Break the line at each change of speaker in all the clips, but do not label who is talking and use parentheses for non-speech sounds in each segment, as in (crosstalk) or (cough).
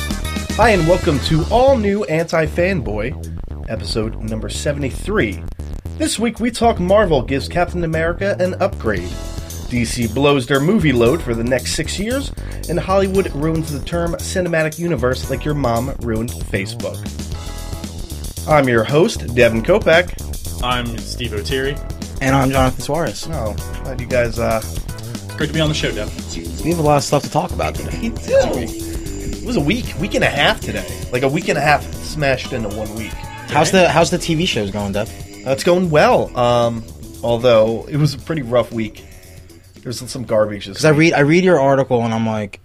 Hi, and welcome to All New Anti Fanboy, episode number 73. This week we talk Marvel gives Captain America an upgrade, DC blows their movie load for the next six years, and Hollywood ruins the term cinematic universe like your mom ruined Facebook. I'm your host, Devin Kopak.
I'm Steve O'Teary.
And I'm Jonathan Suarez.
Oh, glad you guys, uh,
It's great to be on the show, Dev.
We have a lot of stuff to talk about today.
you do. It was a week, week and a half today. Like a week and a half smashed into one week.
How's the How's the TV shows going, Dev?
Uh, It's going well. Um, although it was a pretty rough week. There's some garbage.
Because I read I read your article and I'm like,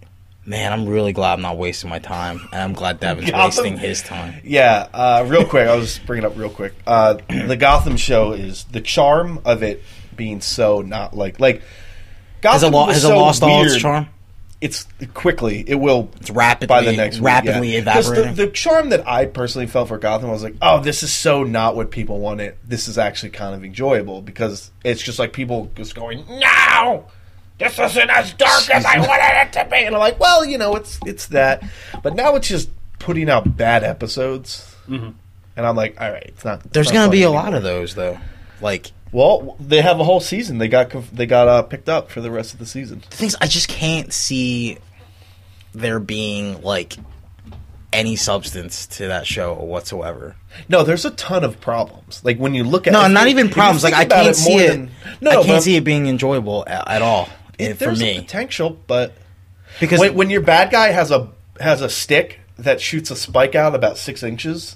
man, I'm really glad I'm not wasting my time, and I'm glad (laughs) Devin's
Gotham.
wasting his (laughs) time.
Yeah, uh, real quick. I was bringing up real quick. Uh, the Gotham show is the charm of it being so not like like Gotham
Has it, lo-
was
has it
so
lost all its
weird.
charm?
It's quickly. It will.
It's rapidly
by the next week,
rapidly
yeah. 'Cause
evaporating.
The, the charm that I personally felt for Gotham was like, oh, this is so not what people wanted. This is actually kind of enjoyable because it's just like people just going, no, this isn't as dark as I wanted it to be, and I'm like, well, you know, it's it's that, but now it's just putting out bad episodes, and I'm like, all right, it's not.
There's gonna be a lot of those though. Like
Well, they have a whole season. They got conf- they got uh, picked up for the rest of the season.
the things I just can't see there being like any substance to that show whatsoever.
No, there's a ton of problems. Like when you look at
No,
if
not
you-
even
if you
problems. Like
think
I
about
can't
it
see
more
it.
than- no,
I
but
can't see it being enjoyable at, at all eh, for
there's a
me.
potential, but
Because
when, when your bad guy has a has a stick that shoots a spike out about six inches,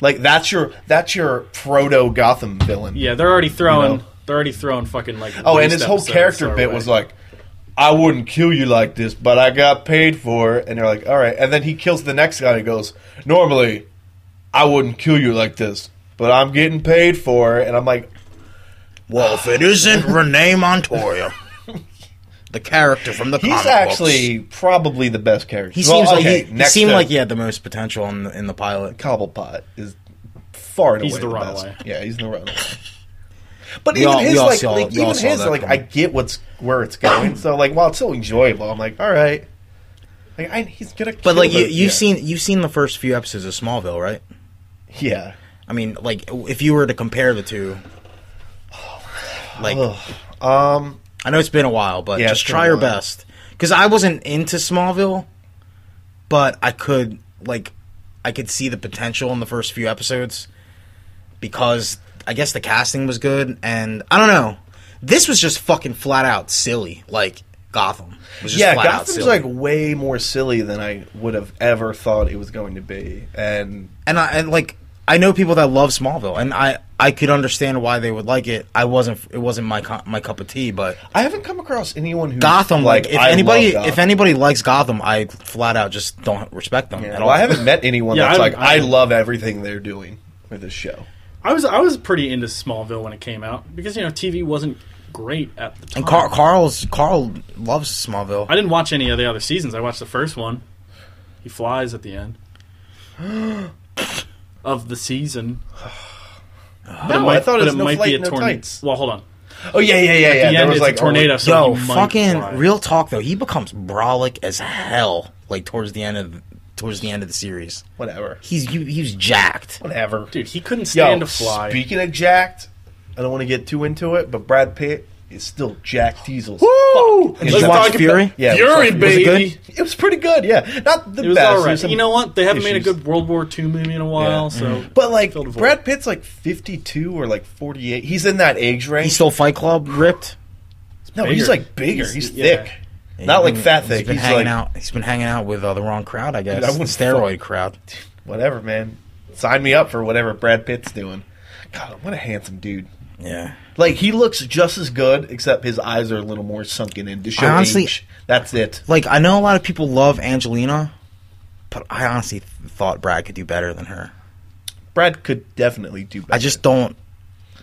like that's your that's your proto Gotham villain.
Yeah, they're already throwing.
You know?
They're already throwing fucking like.
Oh, and
waste
his whole
episodes
character
our
bit
way.
was like, "I wouldn't kill you like this, but I got paid for it." And they're like, "All right." And then he kills the next guy and goes, "Normally, I wouldn't kill you like this, but I'm getting paid for it." And I'm like,
well, if it isn't Renee Montoya, (laughs) the character from the comic
He's
books.
actually probably the best character.
he
Well,
seems
okay,
like he, he
next
seemed
to
like he had the most potential in the, in the pilot.
Cobblepot is far and
He's
away
the
best.
runaway.
Yeah, he's the
(laughs)
runaway. But
We
even
all- we
his
all
like,
saw-
like
we all
even
saw
his
that
like I
coming.
get what's where it's going. so like while it's still enjoyable, I'm like, all right. Like I, he's gonna.
But
kill
like you,
the- yeah.
you've seen you've seen the first few episodes of Smallville, right?
yeah.
I mean, like if you were to compare the two, like
Um,
I know it's been a while, but
Yeah, it's
just
been
try
a
your
while.
best. Because I wasn't into Smallville, but I could like I could see the potential in the first few episodes because I guess the casting was good, and I don't know. This was just fucking flat out silly, like Gotham. Was just
yeah,
flat out
Gotham's
silly.
like way more silly than I would have ever thought it was going to be, and
and I and like I know people that love Smallville, and I I could understand why they would like it. I wasn't it wasn't my cu- my cup of tea, but
I haven't come across anyone who
Gotham, like, if
I love
anybody
Gotham.
if anybody likes Gotham, I flat out just don't respect them
Yeah,
at
well,
all.
I haven't met anyone
Yeah,
that's
I-
like, I,
I-
love everything they're doing with this show.
I was I was pretty into Smallville when it came out because you know TV wasn't great at the time.
And Carl, Carl's Carl loves Smallville.
I didn't watch any of the other seasons. I watched the first one. He flies at the end (gasps) of the season. But
No, I thought it was no flight, no
tornado.
tights.
Well, hold on.
Oh yeah, yeah, yeah, yeah.
the
There
end
was
it's
like oh,
a tornado. So
Yo,
he might
fucking
fly.
real talk though, he becomes brolic as hell. Like towards the end of towards the end of the series,
whatever,
he's he, he's jacked.
whatever.
dude. He couldn't
Yo,
stand to fly.
speaking of jacked, I don't want to get too into it, but Brad Pitt is still Jack Diesel's.
Woo!
Did
you
Let's
watch
talk about-
Fury?
Yeah, it was
Fury,
like-
it
baby.
good?
It was pretty good. Yeah, not the
It was
best.
all
There's
right.
some
You know what? They haven't made a
issues.
good World War II movie in a while,
Yeah. Mm-hmm.
so.
But like
Filled a void.
Brad Pitt's like 52 or like 48. He's in that age range.
He's still Fight Club ripped.
no, he's
bigger.
like bigger. He's,
He's- yeah.
thick. Not like
He's been-
fat
He's
thick.
been
He's
hanging
like
out. He's been hanging out with uh, the wrong crowd, I guess.
Dude, I
the
wouldn't
steroid crowd.
whatever, man. Sign me up for whatever Brad Pitt's doing. God, what a handsome dude.
Yeah.
Like he looks just as good, except his eyes are a little more sunken in to show
I honestly-
age. That's it.
Like I know a lot of people love Angelina, but I honestly th- thought Brad could do better than her.
Brad could definitely do better.
I just don't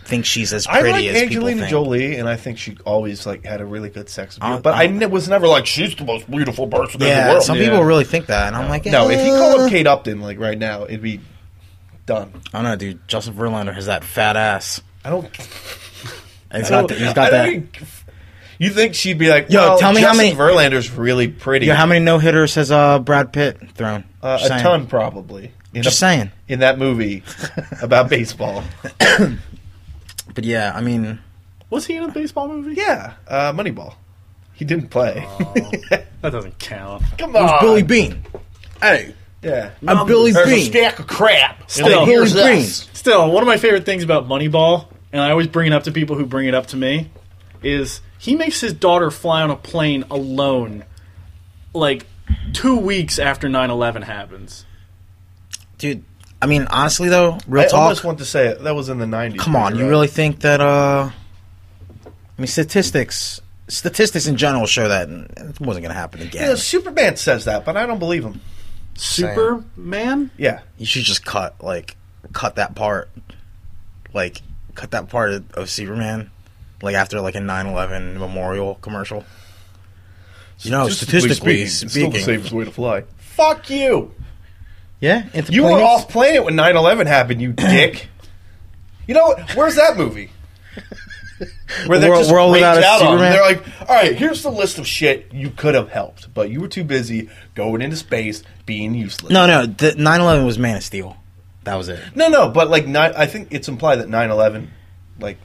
think she's as
I like
pretty as people
Angelina
think.
Jolie, and I think she always like had a really good sex appeal.
Uh,
but I
uh,
ne- was never like she's the most beautiful person in the
Yeah,
world.
some
Yeah.
people really think that, and I'm like,
no, if you call
uh,
up Kate Upton like right now, it'd be done.
I don't know, dude. Justin Verlander has that fat ass.
I don't.
And he's
I
got,
don't-
the, he's
I don't
got that.
even- You think she'd be like,
Yo,
well,
tell me how
Justin
many-
Verlander's really pretty.
Yo, how many no hitters has uh, Brad Pitt thrown?
uh,
Just
a
saying.
ton probably. In
Just
a-
saying.
in that movie about
(laughs)
baseball.
But yeah, I mean,
Was he in a baseball movie?
Yeah, uh, Moneyball. He didn't play.
That doesn't count.
(laughs) Come
it
on,
was Billy Bean. Hey,
Yeah,
I'm Billy
Uh, There's a
Bean.
stack of crap.
Still.
and
Billy
here's us.
Still, one of my favorite things about Moneyball, and I always bring it up to people who bring it up to me, is he makes his daughter fly on a plane alone, like two weeks after 9-11 happens.
dude. I mean, honestly though, real
I
talk.
almost want to say it. that was in the '90s.
Come
but
on,
you're
you
right.
really think that? uh I mean, statistics, statistics in general show that it wasn't gonna happen again.
Yeah, Superman says that, but I don't believe him.
Superman?
Yeah,
You should just cut like cut that part, like cut that part of, of Superman, like after like a 9/11 memorial commercial. You know, statistically
it's still the
speaking,
safest way to fly. Fuck you.
yeah, into
You were
planes.
off planet when 9/11 happened,
(clears throat)
you dick. you know what? Where's that movie? Where they're
World-
just world
World Without a
out on.
Superman?
They're like, all right, here's the list of shit you could have helped, but you were too busy going into space being useless.
No, no, the 9/11 was Man of Steel. That was it.
no, no, but like, ni- I think it's implied that 9/11 like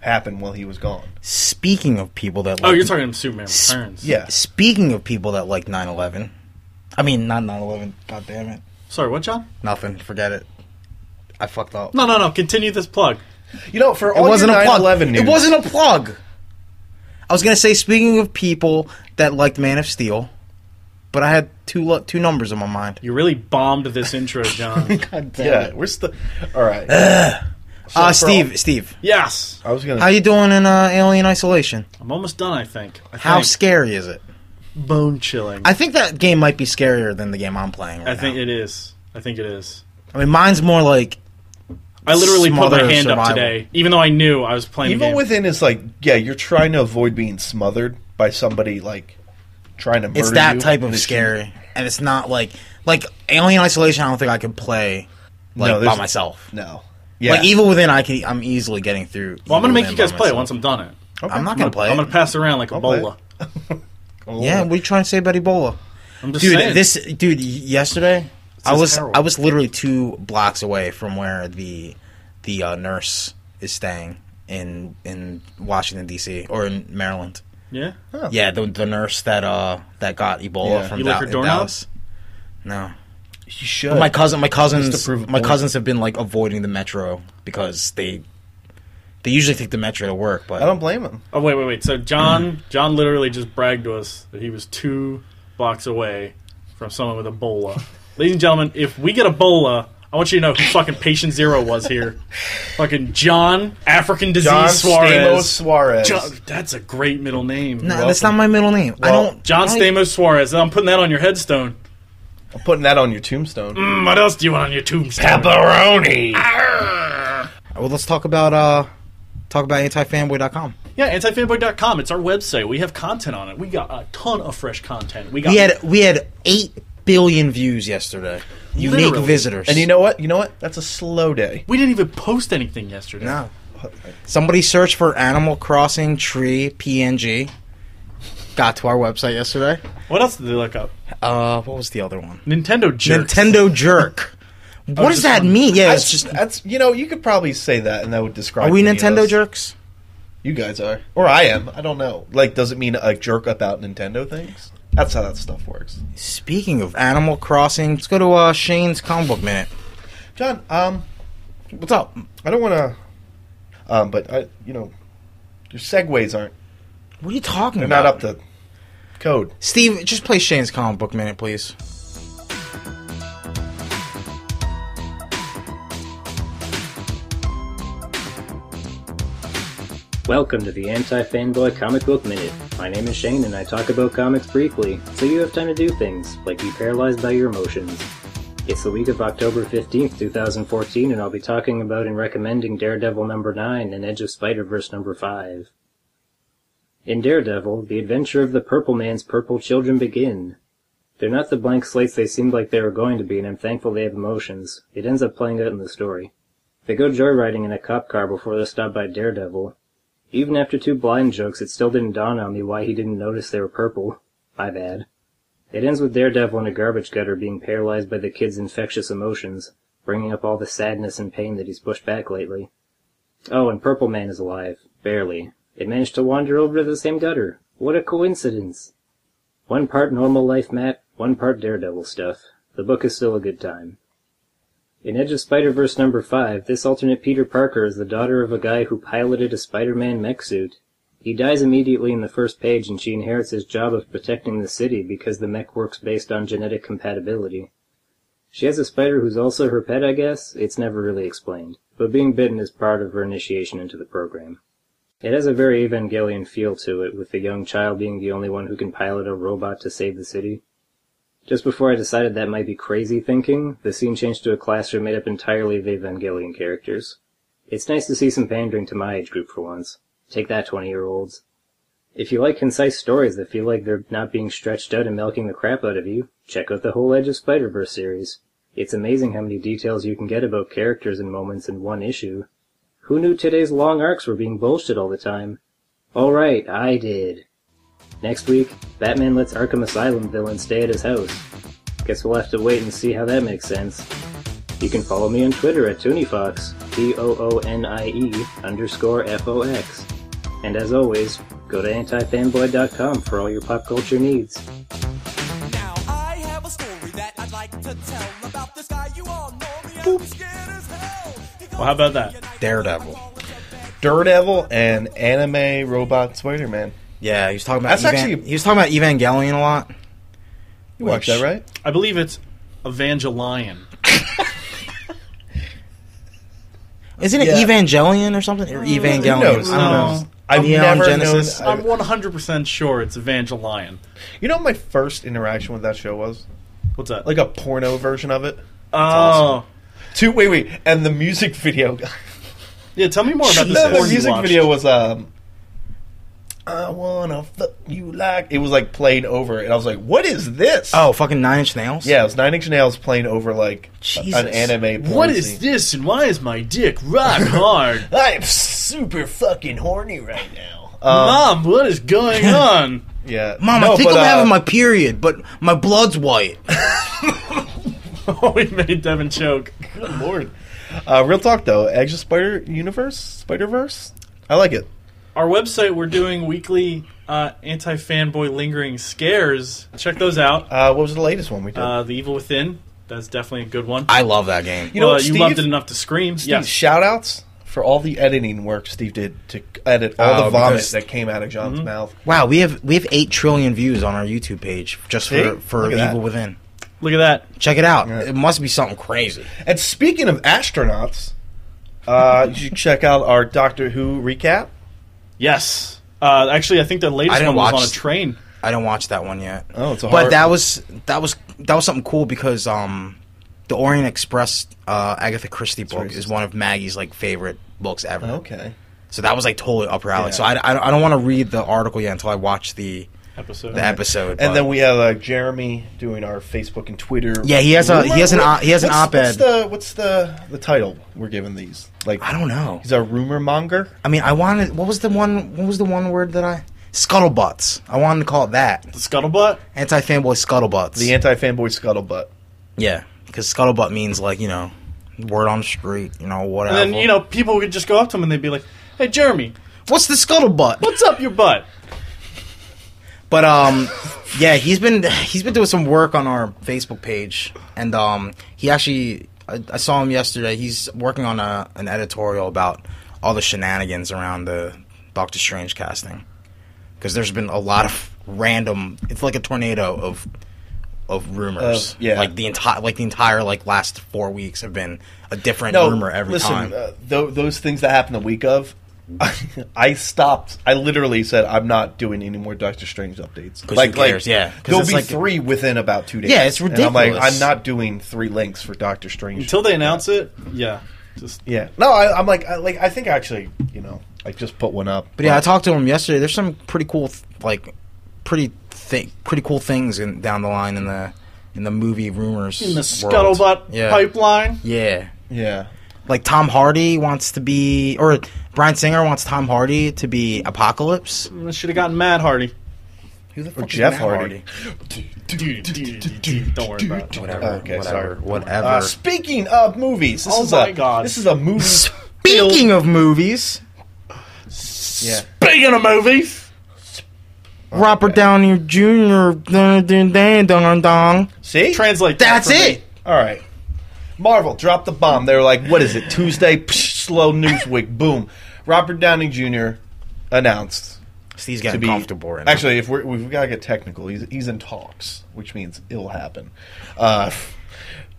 happened while he was gone.
Speaking of people that,
Oh,
like-
you're
(laughs)
talking Superman Returns.
Yeah,
Speaking of people that like 9/11, I mean not 9/11. God damn it,
Sorry, what, John?
nothing. Forget it. I fucked up.
No, no, no. Continue this plug.
you know, for
it
all
wasn't
your
a plug.
9/11 news,
It wasn't a plug. I was gonna say, speaking of people that liked Man of Steel, but I had two lu- two numbers in my mind.
You really bombed
(laughs)
this intro, John.
(laughs) God damn
Yeah, we're still. All right. So
Uh,
for (laughs)
Steve, Steve,
yes.
all- I was gonna.
how you doing in uh, Alien Isolation?
I'm almost done, I think. I
How
think.
scary is it?
bone chilling. I,
I think that game might be scarier than the game I'm playing right
think
now.
it is. I think it is.
I mean, mine's more like
I literally put my
Smother
hand up
survival.
today, even though I knew I was playing the
even
game.
within is like, yeah, you're trying to avoid being smothered by somebody like trying to. Murder
it's that
you
type
in
of
the
scary, and it's not like like Alien Isolation. I don't think I could play like
No,
by
there's-
myself.
shoot. No. Yeah.
Like Evil Within, I can I'm easily getting through.
well, I'm
Evil
gonna make
Within
you guys
by
play it
myself.
once I'm done it.
I'm not gonna play.
I'm gonna
it.
pass around like a
play it.
bola.
Oh.
Yeah, what are you trying to say about Ebola,
I'm just
dude?
saying.
This dude yesterday, I
just
was
terrible.
I was literally two blocks away from where the the uh, nurse is staying in in Washington D.C. or in Maryland.
yeah.
Yeah, the, the nurse that uh that got Ebola
Yeah.
from
You lick
Dal-
her
in
doorknob?
Dallas. No,
you should.
But my cousin, my
Just
cousins,
to prove a
my
point.
cousins have been like avoiding the metro because they they usually take the metro to work. But
I don't blame him.
Oh wait, wait, wait. So John, John literally just bragged to us that he was two blocks away from someone with Ebola. Ladies and gentlemen, if we get Ebola, I want you to know who fucking patient zero was here. fucking John, African disease
John Stamos
Suarez.
Suarez.
John, that's a great middle name.
No, that's not my middle name. I
Well,
don't.
John
I don't-
Stamos Suarez. I'm putting that on your headstone.
I'm putting that on your tombstone.
Mm, what else do you want on your tombstone?
Pepperoni.
Well, let's talk about uh, talk about antifanboy.com.
Yeah, antifanboy.com. It's our website. We have content on it. We got a ton of fresh content. We got
We had we had eight billion views yesterday. Unique
Literally.
visitors.
And you know what? You know what? That's a slow day.
We didn't even post anything yesterday.
no. Somebody searched for Animal Crossing tree PNG. Got to our website yesterday.
What else did they look up?
Uh, what was the other one?
Nintendo jerks.
Nintendo (laughs) jerk. What does
just
that
wondering.
mean? Yeah,
That's
it's
just
just.
that's you know you could probably say that and that would describe.
Are we
many of
Nintendo
us.
jerks?
You guys are, or I am. I don't know. Like, does it mean a jerk about Nintendo things? That's how that stuff works.
Speaking of Animal Crossing, let's go to uh, Shane's comic book minute.
John, um,
What's up?
I don't want to, um, but I, you know, your segues aren't.
What are you talking
They're
about?
not up to code.
Steve, just play Shane's comic book minute, please.
Welcome to the Anti Fanboy Comic Book Minute. My name is Shane and I talk about comics briefly, so you have time to do things, like be paralyzed by your emotions. It's the week of October 15th, 2014, and I'll be talking about and recommending Daredevil number 9 and Edge of Spider Verse number 5. In Daredevil, the adventure of the Purple Man's Purple Children begin. They're not the blank slates they seemed like they were going to be, and I'm thankful they have emotions. It ends up playing out in the story. They go joyriding in a cop car before they're stopped by Daredevil, Even after two blind jokes, it still didn't dawn on me why he didn't notice they were purple. My bad. It ends with Daredevil in a garbage gutter being paralyzed by the kid's infectious emotions, bringing up all the sadness and pain that he's pushed back lately. Oh, and Purple Man is alive. Barely. It managed to wander over to the same gutter. What a coincidence! One part normal life Matt, one part Daredevil stuff. The book is still a good time. In Edge of Spider-Verse number 5, this alternate Peter Parker is the daughter of a guy who piloted a Spider-Man mech suit. He dies immediately in the first page and she inherits his job of protecting the city because the mech works based on genetic compatibility. She has a spider who's also her pet, I guess? It's never really explained. But being bitten is part of her initiation into the program. It has a very Evangelion feel to it, with the young child being the only one who can pilot a robot to save the city. Just before I decided that might be crazy thinking, the scene changed to a classroom made up entirely of Evangelion characters. It's nice to see some pandering to my age group for once. Take that, 20 year olds. If you like concise stories that feel like they're not being stretched out and milking the crap out of you, check out the whole Edge of Spider Verse series. It's amazing how many details you can get about characters and moments in one issue. Who knew today's long arcs were being bullshit all the time? Alright, I did. Next week, Batman lets Arkham Asylum villain stay at his house. Guess we'll have to wait and see how that makes sense. You can follow me on Twitter at TonyFox, T-O-O-N-I-E E underscore F-O-X. And as always, go to antifanboy.com for all your pop culture needs.
Now I have a story that I'd like to tell about this guy you all know me. I'm scared as hell.
Well, how about that?
Daredevil.
Daredevil and anime robot Spider Man.
Yeah, he was talking about.
That's
Evan-
actually-
he was talking about Evangelion a lot.
You watched
Which-
that, right?
I believe it's Evangelion.
Isn't it
Yeah.
Evangelion or something? Or Evangelion?
Who knows?
I don't
No.
know.
I've
Neon
never
Oh. Genesis.
known.
I'm 100% sure it's Evangelion.
you know what my first interaction with that show was?
What's that?
Like a porno version of it.
oh.
awesome. Two wait wait, and the music video. (laughs)
Yeah, tell me more about this.
no, the
porn you
music
watched.
video was um. I wanna fuck you like it was like playing over, and I was like, "What is this?"
Oh, fucking Nine Inch Nails.
yeah, it was Nine Inch Nails playing over like
Jesus.
an anime. Porn
What is
scene.
this and why is my dick rock hard?
I'm super fucking horny right now. (laughs) Um,
Mom, what is going on?
yeah,
Mom,
No,
I think
but,
I'm
uh,
having my period, but my blood's
(laughs)
white.
we made Devin choke.
Good lord. Uh, real talk though, Edge of Spider Universe, Spider Verse. I like it.
Our website, we're doing weekly uh, anti fanboy lingering scares. Check those out.
Uh, what was the latest one we did?
Uh, the Evil Within, that's definitely a good one.
I love that game.
you know
Well,
what,
you
Steve?
loved it enough to scream.
Steve,
yes.
shout outs for all the editing work Steve did to edit all
Oh,
the vomit
because-
that came out of
Mm-hmm.
John's mouth.
Wow, we have we have eight trillion views on our YouTube page just
See?
for for
Look at
Evil
that.
Within.
Look at that.
Check it out.
Yeah.
It must be something crazy.
And speaking of astronauts, uh, you should check out our Doctor Who recap.
Yes. Uh, actually, I think the latest
I didn't
one was on a
watch-
train.
I don't watch that one yet.
Oh, it's a
but
hard-
that was that was that was something cool because um, the Orient Express uh, Agatha Christie book
racist. Oh,
is one of Maggie's like favorite books ever.
Okay.
So that was like totally up her alley.
Yeah.
So I, I, don't- I don't want to read the article yet until I watch the
Episode.
the episode.
And
but-
then we have uh, Jeremy doing our Facebook and Twitter.
Yeah, he has a- he has an
What-
o- he has an
what's- What's
op-ed.
the what's the the title we're giving these? Like
I don't know.
He's a rumor monger.
I mean, I wanted what was the one what was the one word that I scuttlebutts. I wanted to call it that
The Scuttlebutt?
anti fanboy scuttlebutts.
The anti fanboy scuttlebutt.
yeah, because scuttlebutt means like you know word on the street, you know whatever.
And then, you know, people would just go up to him and they'd be like, hey, Jeremy,
what's the scuttlebutt?
what's up your butt?
But um, yeah, he's been he's been doing some work on our Facebook page, and um, he actually I, I saw him yesterday. He's working on a an editorial about all the shenanigans around the Doctor Strange casting, because there's been a lot of random. It's like a tornado of of rumors.
Of- yeah.
like the entire like the entire like last four weeks have been a different rumor every
listen,
time.
Uh, tho- those things that happened the week of, (laughs) I stopped. I literally said I'm not doing any more Doctor Strange updates.
who cares? Yeah, 'cause
there'll
it's
be
like-
three within about two days.
Yeah, it's
And I'm like, I'm
ridiculous.
not doing three links for Doctor Strange
Until they announce it, yeah. Just
Yeah, no, I, I'm like, I, like I think actually, you know, I just put one up.
But yeah, I talked to him yesterday. There's some pretty cool, th- like, pretty thi- pretty cool things in, down the line in the in the movie rumors
in the
world.
scuttlebutt
yeah.
pipeline.
Yeah,
yeah,
Like Tom Hardy wants to be, or Brian Singer wants Tom Hardy to be Apocalypse.
Should have gotten Matt Hardy.
Who the fuck is
Jeff
Matt
Hardy.
Don't worry about it.
Whatever.
Okay,
Uh, whatever,
sorry.
Whatever.
Uh, speaking of movies, this
Oh
is
my
a
God.
this is a movie.
Speaking of movies,
yeah,
Speaking of movies,
Robert Downey Jr. Dun, dun, dun, dun, dun.
see,
translate. that
That's
for me.
it.
All right. Marvel dropped the bomb. They were like, what is it, Tuesday? Psh, slow Newsweek. Boom. Robert Downey Jr. announced
Steve's
to
getting
be.
comfortable right now.
Actually, if we're, we've got to get technical, he's, he's in talks, which means it'll happen. Uh,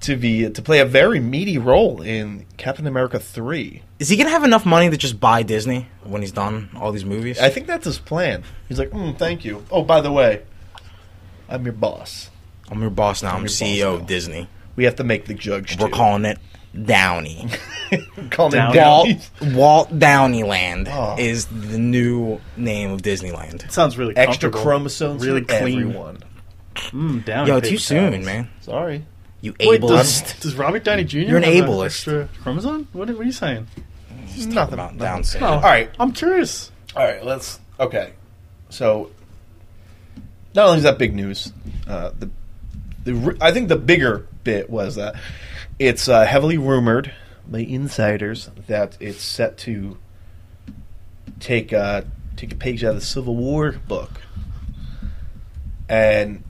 to be to play a very meaty role in Captain America three.
is he gonna have enough money to just buy Disney when he's done all these movies?
I think that's his plan. He's like, mm, thank you. Oh, by the way, I'm your boss.
I'm your boss now. I'm,
your
CEO
boss
of
now.
Disney.
We have to make the judge.
We're
too.
calling it (laughs) Downey.
Call him
Down.
Down.
Walt Walt Downeyland
Oh.
is the new name of Disneyland.
Sounds
(laughs)
really
Extra
comfortable.
chromosomes.
Really
for
clean.
Everyone.
Mm, down.
Yo,
big
too
times.
soon, man.
Sorry.
You
Wait,
ableist.
Does, does Robert Downey Jr.
You're an
have a
ableist.
extra Chromosome? What, what are you saying?
nothing
about
nothing.
Down syndrome.
Oh,
All right.
I'm curious.
All right, let's. Okay, so not only is that big news, uh, the the r- I think the bigger bit was that it's uh, heavily rumored by insiders that it's set to take uh, take a page out of the Civil War book, and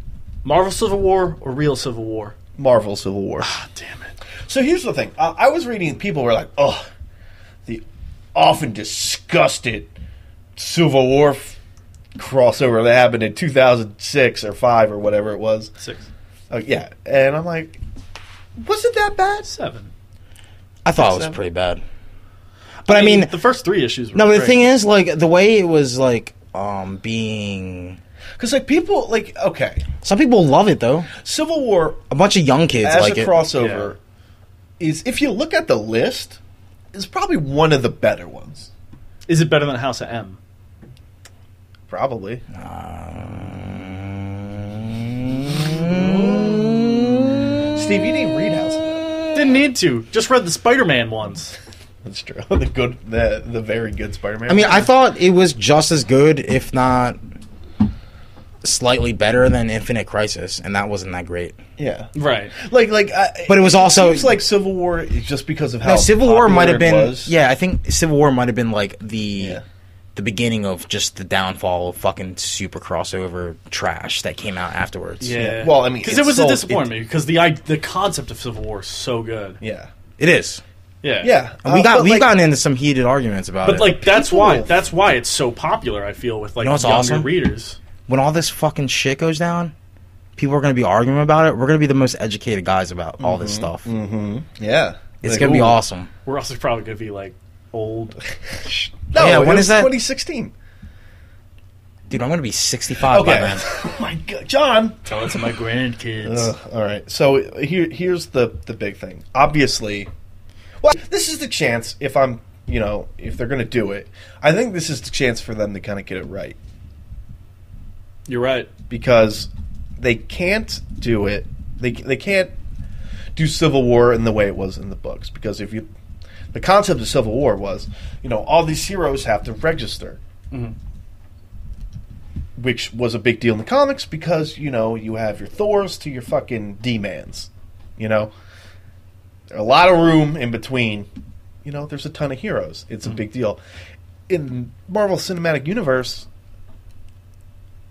Marvel Civil War or real Civil War?
Marvel Civil War.
Ah, Damn it.
So here's the thing. Uh, I was reading, people were like, oh, the often disgusted Civil War f- crossover that happened in 2006 or 5 or whatever it was.
Six.
Uh, yeah. And I'm like, was it that bad?
Seven.
I thought it was
Seven.
pretty bad. But I mean,
the first three issues were
no. But the
great.
thing is, like the way it was, like um being.
Because, like, people, like, okay,
Some people love it though.
Civil War
A bunch of young kids
as
like
a
it.
crossover is, if you look at the list, is probably one of the better ones.
Is it better than House of M?
Probably. Steve, you didn't read House of M.
Didn't need to. Just read the Spider-Man ones.
That's true. (laughs) The good, the the very good Spider-Man.
I mean, I thought it was just as good, if not slightly better than Infinite Crisis, and that wasn't that great.
yeah,
(laughs) Right.
like like. I,
But it was also-
seems like Civil War is just because of how
No, Civil War
popular
might
it
have been.
was.
Yeah, I think Civil War might have been like the
Yeah.
the beginning of just the downfall of fucking super crossover trash that came out afterwards.
Yeah.
Well, I mean,
because
it
it was
sold-
a disappointment because the I, the concept of Civil War is so good.
yeah,
it is.
Yeah.
yeah.
And we
Uh,
got
but,
we've
like,
gotten into some heated arguments about
But
it.
like that's why
people-
that's why it's so popular. I feel with like
You know what's
younger
awesome?
readers.
when all this fucking shit goes down, people are gonna be arguing about it. We're gonna be the most educated guys about all this stuff.
Yeah,
It's
Mm-hmm. Like,
gonna be
ooh.
awesome.
We're also probably gonna be like
(laughs)
old.
No,
Yeah,
it
when
was
is that?
2016.
Dude, I'm gonna be 65 by
Okay.
then.
(laughs) oh my god, John.
Tell it to my grandkids.
Ugh, all right. So here, here's the the big thing. Obviously, well, this is the chance. If I'm, you know, if they're going to do it, I think this is the chance for them to kind of get it right.
You're right.
because they can't do it. They they can't do Civil War in the way it was in the books because if you the concept of Civil War was, you know, all these heroes have to register. Which was a big deal in the comics because, you know, you have your Thors to your fucking D-Mans, you know. A lot of room in between. You know, there's a ton of heroes. It's a big deal. In Marvel Cinematic Universe,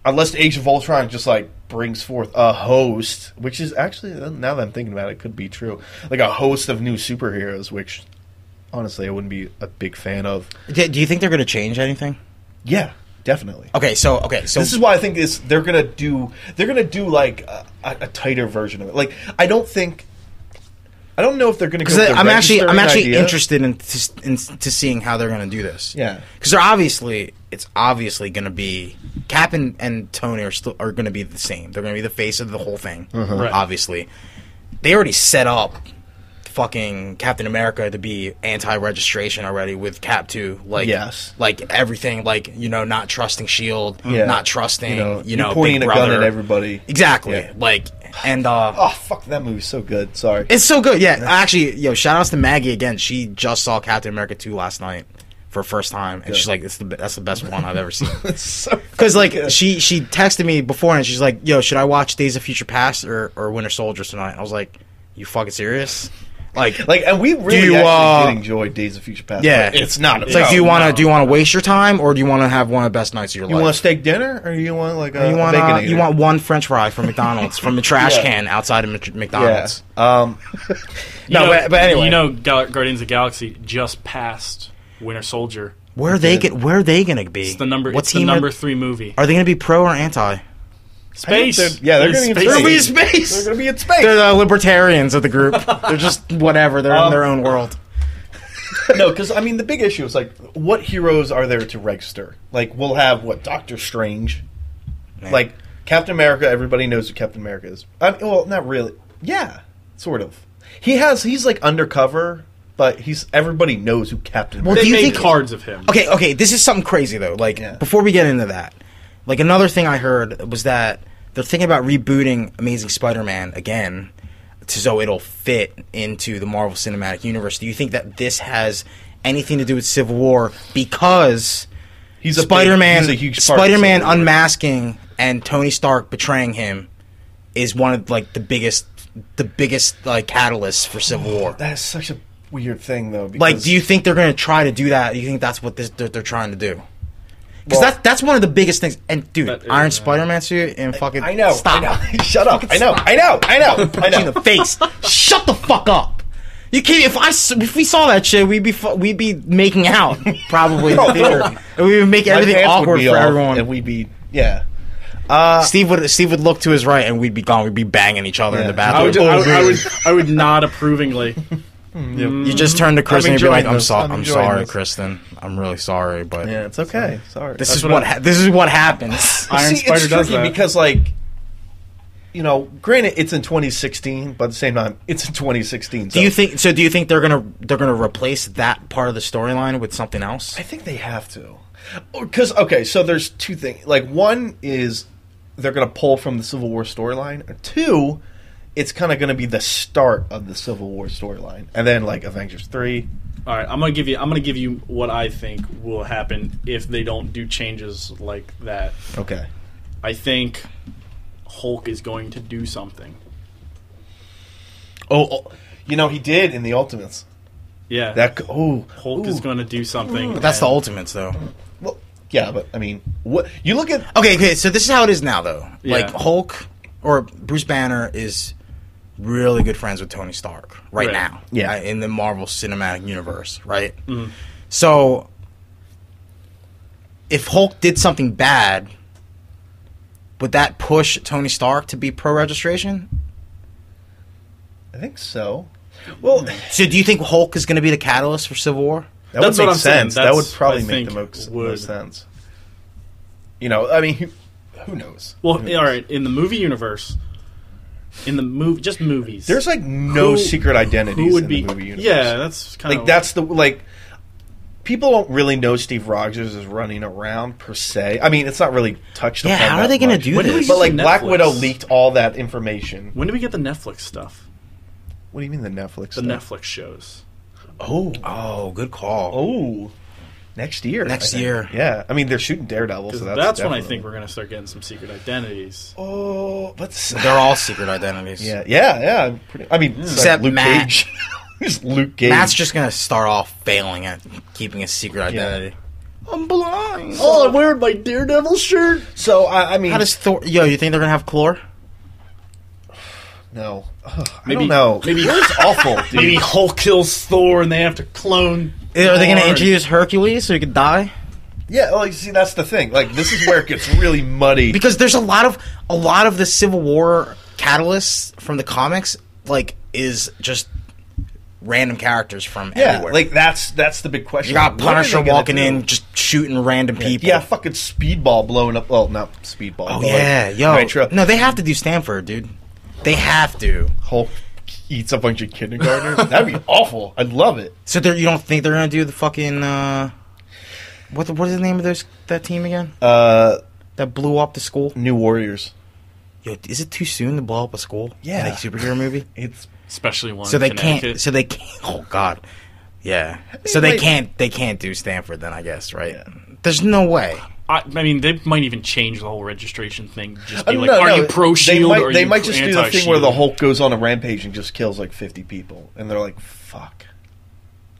unless Age of Ultron just like brings forth a host, which is actually uh, now that I'm thinking about it, could be true. Like a host of new superheroes, which honestly I wouldn't be a big fan of.
Do do you think they're gonna change anything?
Yeah, definitely.
Okay, so okay, so
This is why I think this they're gonna do they're gonna do like a, a a tighter version of it. Like I don't think I don't know if they're gonna go.
Because
with the
I'm actually I'm
registering
actually
idea.
interested in, to, in to seeing how they're going to do this.
Yeah.
because they're obviously it's obviously going to be Cap and, and Tony are still are going to be the same. They're going to be the face of the whole thing.
Uh-huh.
Right.
Obviously, they already set up fucking Captain America to be anti-registration already with Cap Two. Like
Yes.
like everything. Like you know, E not trusting Shield,
Yeah.
not trusting you know,
you're pointing
Big
a gun
Brother.
at everybody.
Exactly.
Yeah.
Like and uh,
Oh fuck, that movie's so good. Sorry.
It's so good. Yeah, actually, yo, shout outs to Maggie again. She just saw Captain America two last night for first time, and she's like, "It's the be- that's the best one I've
(laughs)
ever seen."
It's
(laughs)
so
Because like
good.
she she texted me before, and she's like, "Yo, should I watch Days of Future Past or or Winter Soldier tonight?" I was like, "You fucking serious?"
(laughs)
Like
like, and we really
you,
actually
uh,
did enjoy Days of Future Past.
Yeah.
Like, it's not.
it's like, do you
want
want to do you want to waste your time, or do you want to have one of the best nights of your
you
life?
want a steak dinner or you want like a
you want
a
uh,
Baconator?
you want one French fry from McDonald's from the trash can outside of Mc-
yeah.
McDonald's.
Um,
You
No, but, but anyway,
you know, Gal- Guardians of the Galaxy just passed Winter Soldier.
where are they get where are they gonna be?
It's the number.
What
it's the
team
number
Are,
three movie.
are they gonna be pro or anti?
Space.
they're- yeah, they're gonna be in
space.
space.
Space.
they're
space.
gonna (laughs) be in space.
They're the libertarians of the group. They're just whatever. They're in their own world.
no, because I mean, the big issue is like, what heroes are there to register? Like, we'll have what Doctor Strange, like Captain America. Everybody knows who Captain America is. I mean, well, not really. Yeah, sort of. He has. He's like undercover, but he's everybody knows who Captain.
Well,
America
They
Do you
made
think-
cards of him.
Okay, okay. This is something crazy though. Like
Yeah.
before we get into that, like another thing I heard was that they're thinking about rebooting Amazing Spider-Man again, to, so it'll fit into the Marvel Cinematic Universe. Do you think that this has anything to do with Civil War because
he's a big-
Spider-Man,
he's a huge part of
Spider-Man
Civil War.
unmasking and Tony Stark betraying him is one of like the biggest, the biggest like catalyst for Civil War.
That is such a weird thing, though. Because,
Like, do you think they're going to try to do that? Do you think that's what this, they're, they're trying to do? Because
Well-
that's that's one of the biggest things. And dude,
That is,
Iron
uh,
Spider-Man suit and fucking
I know.
stop
I know. (laughs) Shut up. I know. I know. I know. I
Punch you
know.
in the face. Shut the fuck up. You can't. If I s- if we saw that shit, we'd be fu- we'd be making out (laughs) probably in the theater. And we would make
My
everything
pants would
awkward
be
for
off,
everyone. Uh,
and we'd be yeah.
Steve would Steve would look to his right, and we'd be gone. We'd be banging each other in
Yeah.
the
I
bathroom.
would, just, I, would, I would. I would nod approvingly.
you just turn to Kristen
I'm
and be like,
enjoying
"I'm
this.
sorry,
I'm
I'm,
enjoying
sorry,
this."
Kristen. I'm really sorry, but
Yeah, it's okay. Sorry.
this
That's
is
what
what
I-
ha- this is what happens."
Iron
See,
Spider
it's
does
tricky
that.
because like you know, granted it's in 2016, but at the same time it's in 2016. So
do you think so? Do you think they're gonna they're gonna replace that part of the storyline with something else?
I think they have to. Cuz okay, so there's two things. Like one is they're going to pull from the Civil War storyline. or Two, it's kind of going to be the start of the Civil War storyline. And then like Avengers 3.
All right, I'm gonna give you. I'm gonna give you what I think will happen if they don't do changes like that.
Okay.
I think Hulk is going to do something.
Oh, oh, you know he did in the Ultimates.
Yeah,
That oh,
Hulk is going to do something.
But that's the Ultimates, though.
Well, yeah, but I mean, what you look at
Okay, okay. So this is how it is now, though. Like
Yeah.
Hulk or Bruce Banner is really good friends with Tony Stark right,
Right.
now.
Yeah.
right, in the Marvel Cinematic Universe, right? So if Hulk did something bad, would that push Tony Stark to be pro registration?
I think so. Well,
Hmm.
So do you think Hulk is going to be the catalyst for Civil War?
That
That's
would
what
make
I'm saying.
sense. That
That's-
would probably
I
make the
think
most,
would.
most sense. You know, I mean, (laughs) who, who knows?
well,
Who knows?
all right, in the movie universe, in the movie, just movies.
There's like no
Who-
secret identities
who would
in
be?
the movie universe.
Yeah, that's kind
like
of
that's the like. People don't really know Steve Rogers is running around per se. I mean, it's not really touched.
Yeah,
upon
how are
that
they gonna
much.
do
When do we
this?
get-
But like,
Netflix.
Black Widow leaked all that information.
When do we get the Netflix stuff?
What do you mean the Netflix?
The
stuff?
Netflix shows.
Oh,
Oh, good call.
oh, next year. I
Next
think.
year.
Yeah, I mean they're shooting Daredevil, so
'Cause
that's
that's when I
definitely-
think we're going to start getting some secret identities.
Oh, but
They're all secret identities.
Yeah, yeah, yeah. I'm Pretty, I mean, it's like
Except
Luke
Matt.
Cage. (laughs) Just Luke Cage.
Matt's just gonna start off failing at keeping a secret identity. I'm blind.
Oh, I'm wearing my Daredevil shirt.
so I, I mean,
How does Thor? Yo, you think they're gonna have Chlor?
no, Ugh, I
Maybe-
don't know. (laughs)
maybe- (laughs)
it's awful. Dude.
Maybe Hulk kills Thor, and they have to clone.
Are they gonna
Thor.
introduce Hercules so he could die?
yeah. Like, see, that's the thing. Like, this is where it gets really muddy.
Because there's a lot of a lot of the Civil War catalysts from the comics, like is just random characters from
yeah,
everywhere.
like that's that's the big question.
you got
What are
Punisher
they gonna
walking
do?
in, just shooting random people.
Yeah, fucking speedball blowing up. Well, not speedball.
Oh
but, like,
yeah, yo.
Nitro.
No, they have to do Stanford, dude. They have to.
Hulk eats a bunch of kindergartners. That'd
(laughs)
be awful. I'd love it.
So they're, you don't think they're gonna do the fucking uh, what the, what is the name of those that team again?
Uh,
that blew up the school?
New Warriors.
Yo, is it too soon to blow up a school?
Yeah.
like superhero movie.
It's
especially one.
(laughs) so
in
they can't.
Connecticut.
So they can't. (laughs) Oh God. Yeah. So they
wait.
can't. They can't do Stanford then. I guess right.
Yeah.
There's no way.
I, I mean, they might even change the whole registration thing. Just
Uh,
be like, are you pro
They
Shield?
might,
or E are
they
you
might just do the thing
anti-Shield?
where the Hulk goes on a rampage and just kills like 50 people, and they're like, "Fuck,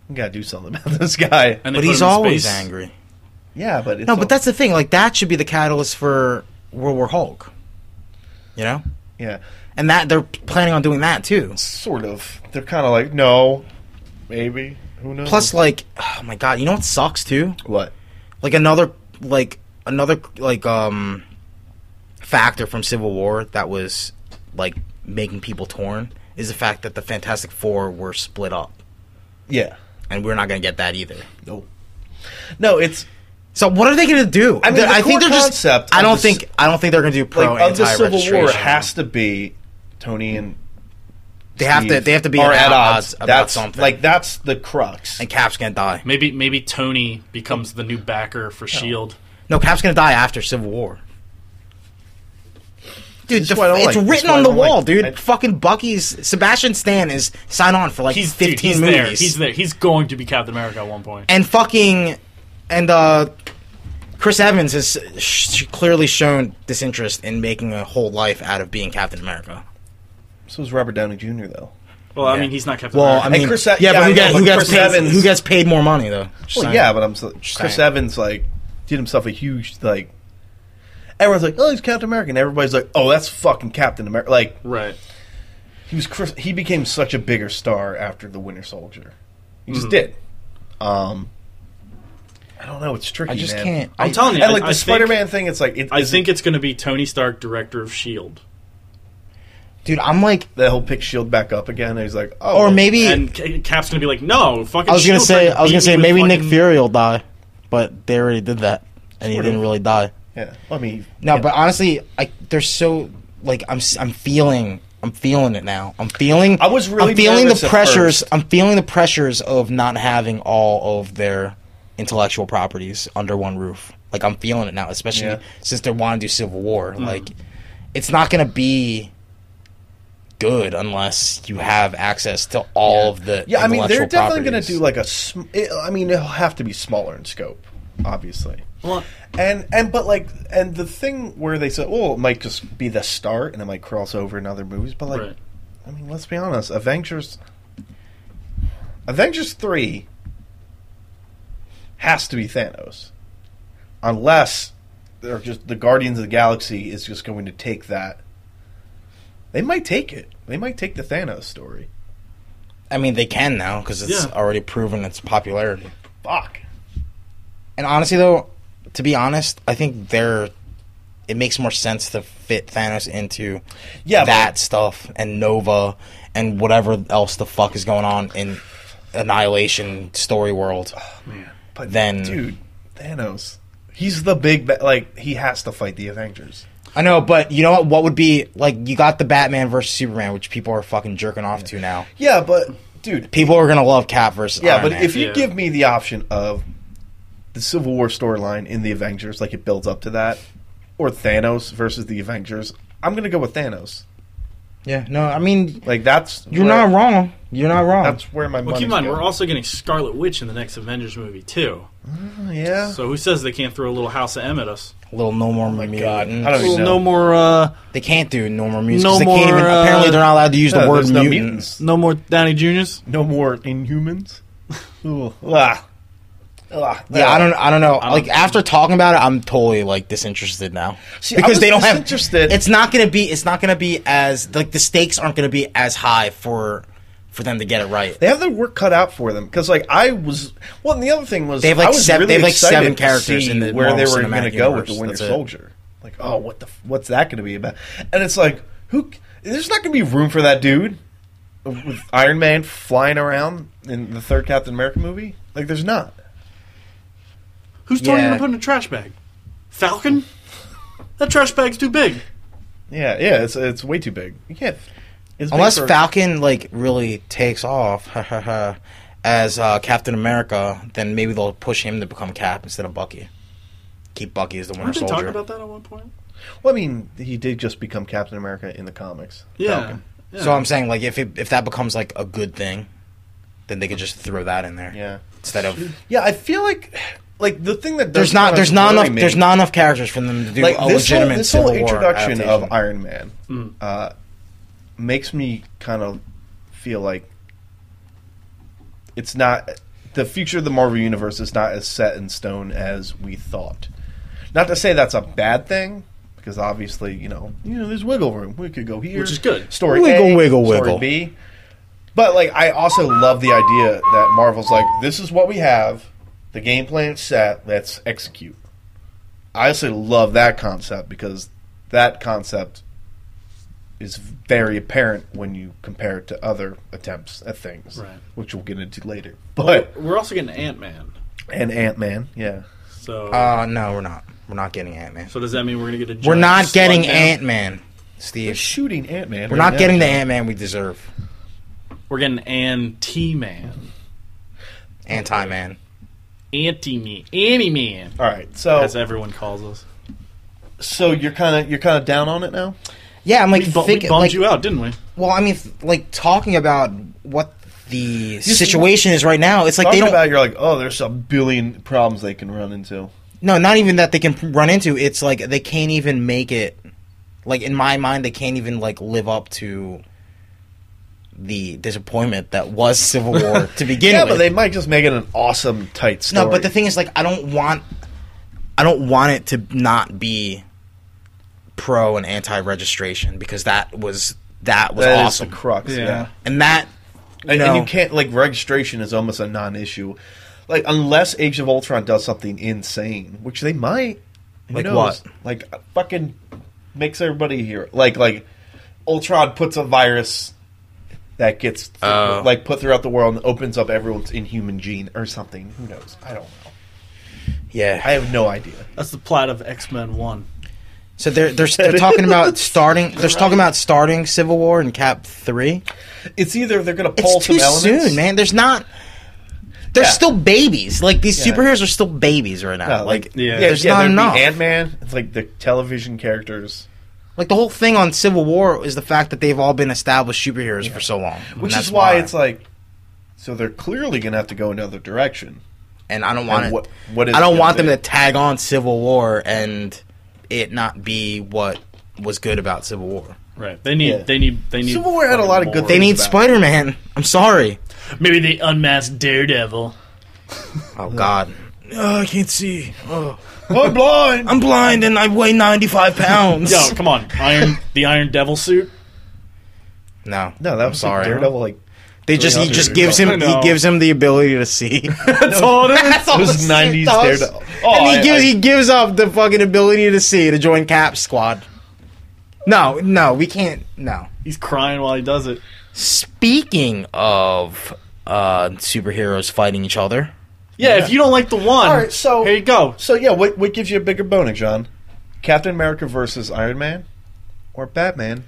we gotta do something (laughs) about this guy."
And they
But
put
he's
him in
always
space.
angry.
Yeah, but it's
No,
all-
but that's the thing. Like that should be the catalyst for World War Hulk. You know,
yeah,
and that they're planning on doing that too.
sort of. They're kind of like, no, maybe who knows?
Plus, like, oh my god, you know what sucks too?
what?
Like another, like another, like um, factor from Civil War that was like making people torn is the fact that the Fantastic Four were split up,
Yeah,
and we're not gonna get that either.
no, no. It's
So what are they gonna do?
I mean, the core
just.
concept
I
of
don't
the
think.
s-
I don't think they're gonna do pro
like of the
anti
Civil War it
registration.
has to be Tony and
They have to.
Steve
They have to be
are
at odds about
that's
something.
like that's the crux.
and Cap's gonna die.
Maybe maybe Tony becomes the new backer
Oh.
for
E
Shield.
No, Cap's gonna die after Civil War. Dude,
This
the,
is why I don't
it's
like- this
written
is why I
on the
don't like-
wall, dude.
I-
Fucking Bucky's Sebastian Stan is sign on for like
He's dude,
fifteen
he's
movies.
there. He's there. He's going to be Captain America at one point.
And fucking and uh, Chris Evans has sh- clearly shown disinterest in making a whole life out of being Captain America.
so is Robert Downey Jr. though.
well, I
yeah.
mean, he's not Captain
Well,
America.
I mean,
Chris E-
yeah,
yeah,
but
I know,
who, got,
but
who gets
Chris
paid?
Evans-
Who gets paid more money though? Just
Well,
saying.
yeah, but I'm so, Chris
saying.
Evans like did himself a huge like. Everyone's like, "Oh, he's Captain America," and everybody's like, "Oh, that's fucking Captain America." Like
right.
he was, Chris, he became such a bigger star after the Winter Soldier. He
Mm-hmm.
just did. Um, I don't know. It's tricky.
I just
man.
can't.
I'm
I-
telling you,
And
I-
like
I
the
think-
Spider-Man thing, it's like it,
I
is
think
it,
it's going to be Tony Stark, director of Shield,
dude, I'm like,
that he'll pick Shield back up again. And he's like, "Oh,
or maybe
and C- Cap's going to be like, "No, fucking."
I was gonna
Shield
say,
tried
I was
beat
gonna
me
say
with
maybe
fucking-
Nick Fury will die, but they already did that, and he
Sort
didn't
of.
really die.
Yeah, well, I mean,
No,
yeah.
but honestly, I they're so like I'm s- I'm feeling I'm feeling it now. I'm feeling
I was really
I'm feeling
nervous
the
at
pressures.
first.
I'm feeling the pressures of not having all of their intellectual properties under one roof. Like I'm feeling it now, especially
Yeah. Mm-hmm.
since they want to do Civil War. Like it's not gonna be good unless you have access to all of the
yeah, I mean, they're
intellectual
definitely going to
properties.
do like a. Sm- it, I mean, it'll have to be smaller in scope, obviously.
Well,
And and but like and the thing where they said, oh, it might just be the start, and it might cross over in other movies. But like,
right.
I mean, let's be honest, Avengers, Avengers three has to be Thanos, unless they're just the Guardians of the Galaxy is just going to take that. They might take it. They might take the Thanos story.
I mean, they can now because it's
Yeah.
already proven its popularity.
Fuck.
And honestly, though, to be honest, I think they're. It makes more sense to fit Thanos into
Yeah, but-
that stuff and Nova and whatever else the fuck is going on in Annihilation story world.
Oh, But
Then-
dude, Thanos, he's the big ba- like he has to fight the Avengers.
I know, but you know what? What would be like? You got the Batman versus Superman, which people are fucking jerking off to now.
Yeah, but dude,
People are gonna love Cap versus
yeah,
Iron
but
Oh, Man.
if you
Yeah.
give me the option of the Civil War storyline in the Avengers, like it builds up to that, or Thanos versus the Avengers, I'm gonna go with Thanos.
yeah, no, I mean
Like that's
you're
where-
not wrong. You're not wrong.
That's where my
Well,
money's
keep in mind,
going.
we're also getting Scarlet Witch in the next Avengers movie too.
yeah.
So who says they can't throw a little House of M at us?
Little No More
Oh God.
Mutant.
I don't even
Well,
know.
no more, uh,
They can't do No More Mutants.
No
'cause they can't
more,
even,
uh,
apparently, they're not allowed to use
No,
the word
there's no
mutant.
mutants.
no more Downey Juniors.
No more
(laughs)
Inhumans. Ah. Ugh. Ugh. Ugh.
Yeah, I don't. I don't know. like after talking about it, I'm totally like disinterested now
See, I
because
was
they don't have.
disinterested.
It's not gonna be. It's not gonna be as like the stakes aren't gonna be as high for for them to get it right.
They have their work cut out for them because, like, I was. Well, and the other thing was
They have,
I
like,
was
seven-
really
they have, like,
excited
seven
to
characters
see
in the
where they
Marvel
were
Cinematic
gonna go with the
Universe.
Winter
That's it.
Soldier. Like, oh, what the f- what's that going to be about? And it's like, who? There's not going to be room for that dude with Iron Man flying around in the third Captain America movie. Like, there's not.
Who's Tony
Yeah.
gonna put in a trash bag? Falcon? That trash bag's too big.
Yeah, yeah, it's it's way too big. You can't. It's big
Unless
for-
Falcon like really takes off (laughs) as uh, Captain America, then maybe they'll push him to become Cap instead of Bucky. keep Bucky as the Winter
Weren't they talking
Soldier.
about that at one point?
Well, I mean, he did just become Captain America in the comics.
Yeah.
Falcon.
yeah.
So I'm saying like if it, if that becomes like a good thing, then they could just throw that in there
Yeah.
instead of
Yeah, I feel like like the thing that
there's
does
not
kinda
there's not
worry
enough
me-
there's not enough characters for them to do
like
a
this
legitimate
whole, this
Civil
whole
War
introduction
adaptation.
of Iron Man
Mm.
uh, makes me kind of feel like it's not the future of the Marvel universe is not as set in stone as we thought. Not to say that's a bad thing, because obviously you know you know there's wiggle room. We could go here,
Which is good.
Story
Wiggle,
A,
wiggle,
story
wiggle.
B. But like, I also love the idea that Marvel's like, this is what we have, the game plan's set, let's execute. I also love that concept because that concept is very apparent when you compare it to other attempts at things,
Right.
which we'll get into later. But
We're also getting Ant Man.
and Ant Man, yeah,
So
Oh,
uh no we're not we're not getting Ant Man
so does that mean we're gonna get a? giant
we're not getting
slug now?
Ant Man
they're
Steve
shooting Ant Man.
we're not getting the Ant Man we deserve
We're getting Anti Man.
anti Man
Anti Man. Anti Man.
All right, so
Oh.
As everyone calls us.
so you're kind of you're kind of down on it now.
yeah I'm like
We, bu- we
think-
bummed
like,
you out, didn't we?
well I mean th- like talking about what the situation is right now it's like
Talking
they don't
about it, you're like, oh, there's a billion problems they can run into.
No, not even that they can p- run into. It's like they can't even make it. Like in my mind, they can't even like live up to the disappointment that was Civil
(laughs)
War to begin
Yeah,
with.
but they might just make it an awesome tight story.
no, but the thing is, like, I don't want, I don't want it to not be pro and anti registration because that was that was
that is
awesome,
the crux. Yeah,
and that
And,
No.
and you can't like registration is almost a non-issue, like unless Age of Ultron does something insane, which they might. Who
Like
knows?
what?
Like uh, fucking makes everybody here like like Ultron puts a virus that gets
Oh.
like put throughout the world and opens up everyone's inhuman gene or something. Who knows? I don't know.
yeah.
I have no idea.
That's the plot of X Men One.
so they're they're,
(laughs)
they're talking about starting. They're talking about starting Civil War in Cap three.
It's either they're gonna
it's
pull
too
some elements,
soon, man. There's not. They're
Yeah.
still babies. Like these
Yeah.
superheroes are still babies right now.
No,
like,
like
yeah.
there's not enough.
Ant Man. It's like the television characters,
like the whole thing on Civil War is the fact that they've all been established superheroes for so long, and
which
that's
is why, it's like. So they're clearly gonna have to go another direction.
And I don't want
and
it.
what- what is
I
it
don't
gonna
want them
be?
to tag on Civil War and it not be what was good about Civil War.
Right. They need.
Yeah.
They need. They need.
Civil War had a lot of good
more.
They
Worried
need
about it.
Spider Man. I'm sorry.
Maybe they unmasked Daredevil.
Oh God. Oh, I can't see. Oh,
I'm
(laughs)
blind.
I'm blind and I weigh 95
(laughs)
pounds.
Yo, come on, Iron. the Iron Devil
(laughs)
suit.
no,
no, that
I'm
was
sorry.
sorry. Daredevil. Like
They just he
300
just gives
I
him he
know.
gives him the ability
(laughs)
to see.
That's all it is.
That's all
It was
the suit
90s
does.
Daredevil.
and he
Oh, I-
gives
I-
he gives up the fucking ability to see to join Cap Squad. No, no, we can't. No.
He's crying while he does it.
Speaking of uh, superheroes fighting each other,
Yeah, if you don't like the one,
All right, so-
here you go.
so, yeah. What what gives you a bigger boner, John? Captain America versus Iron Man, or Batman?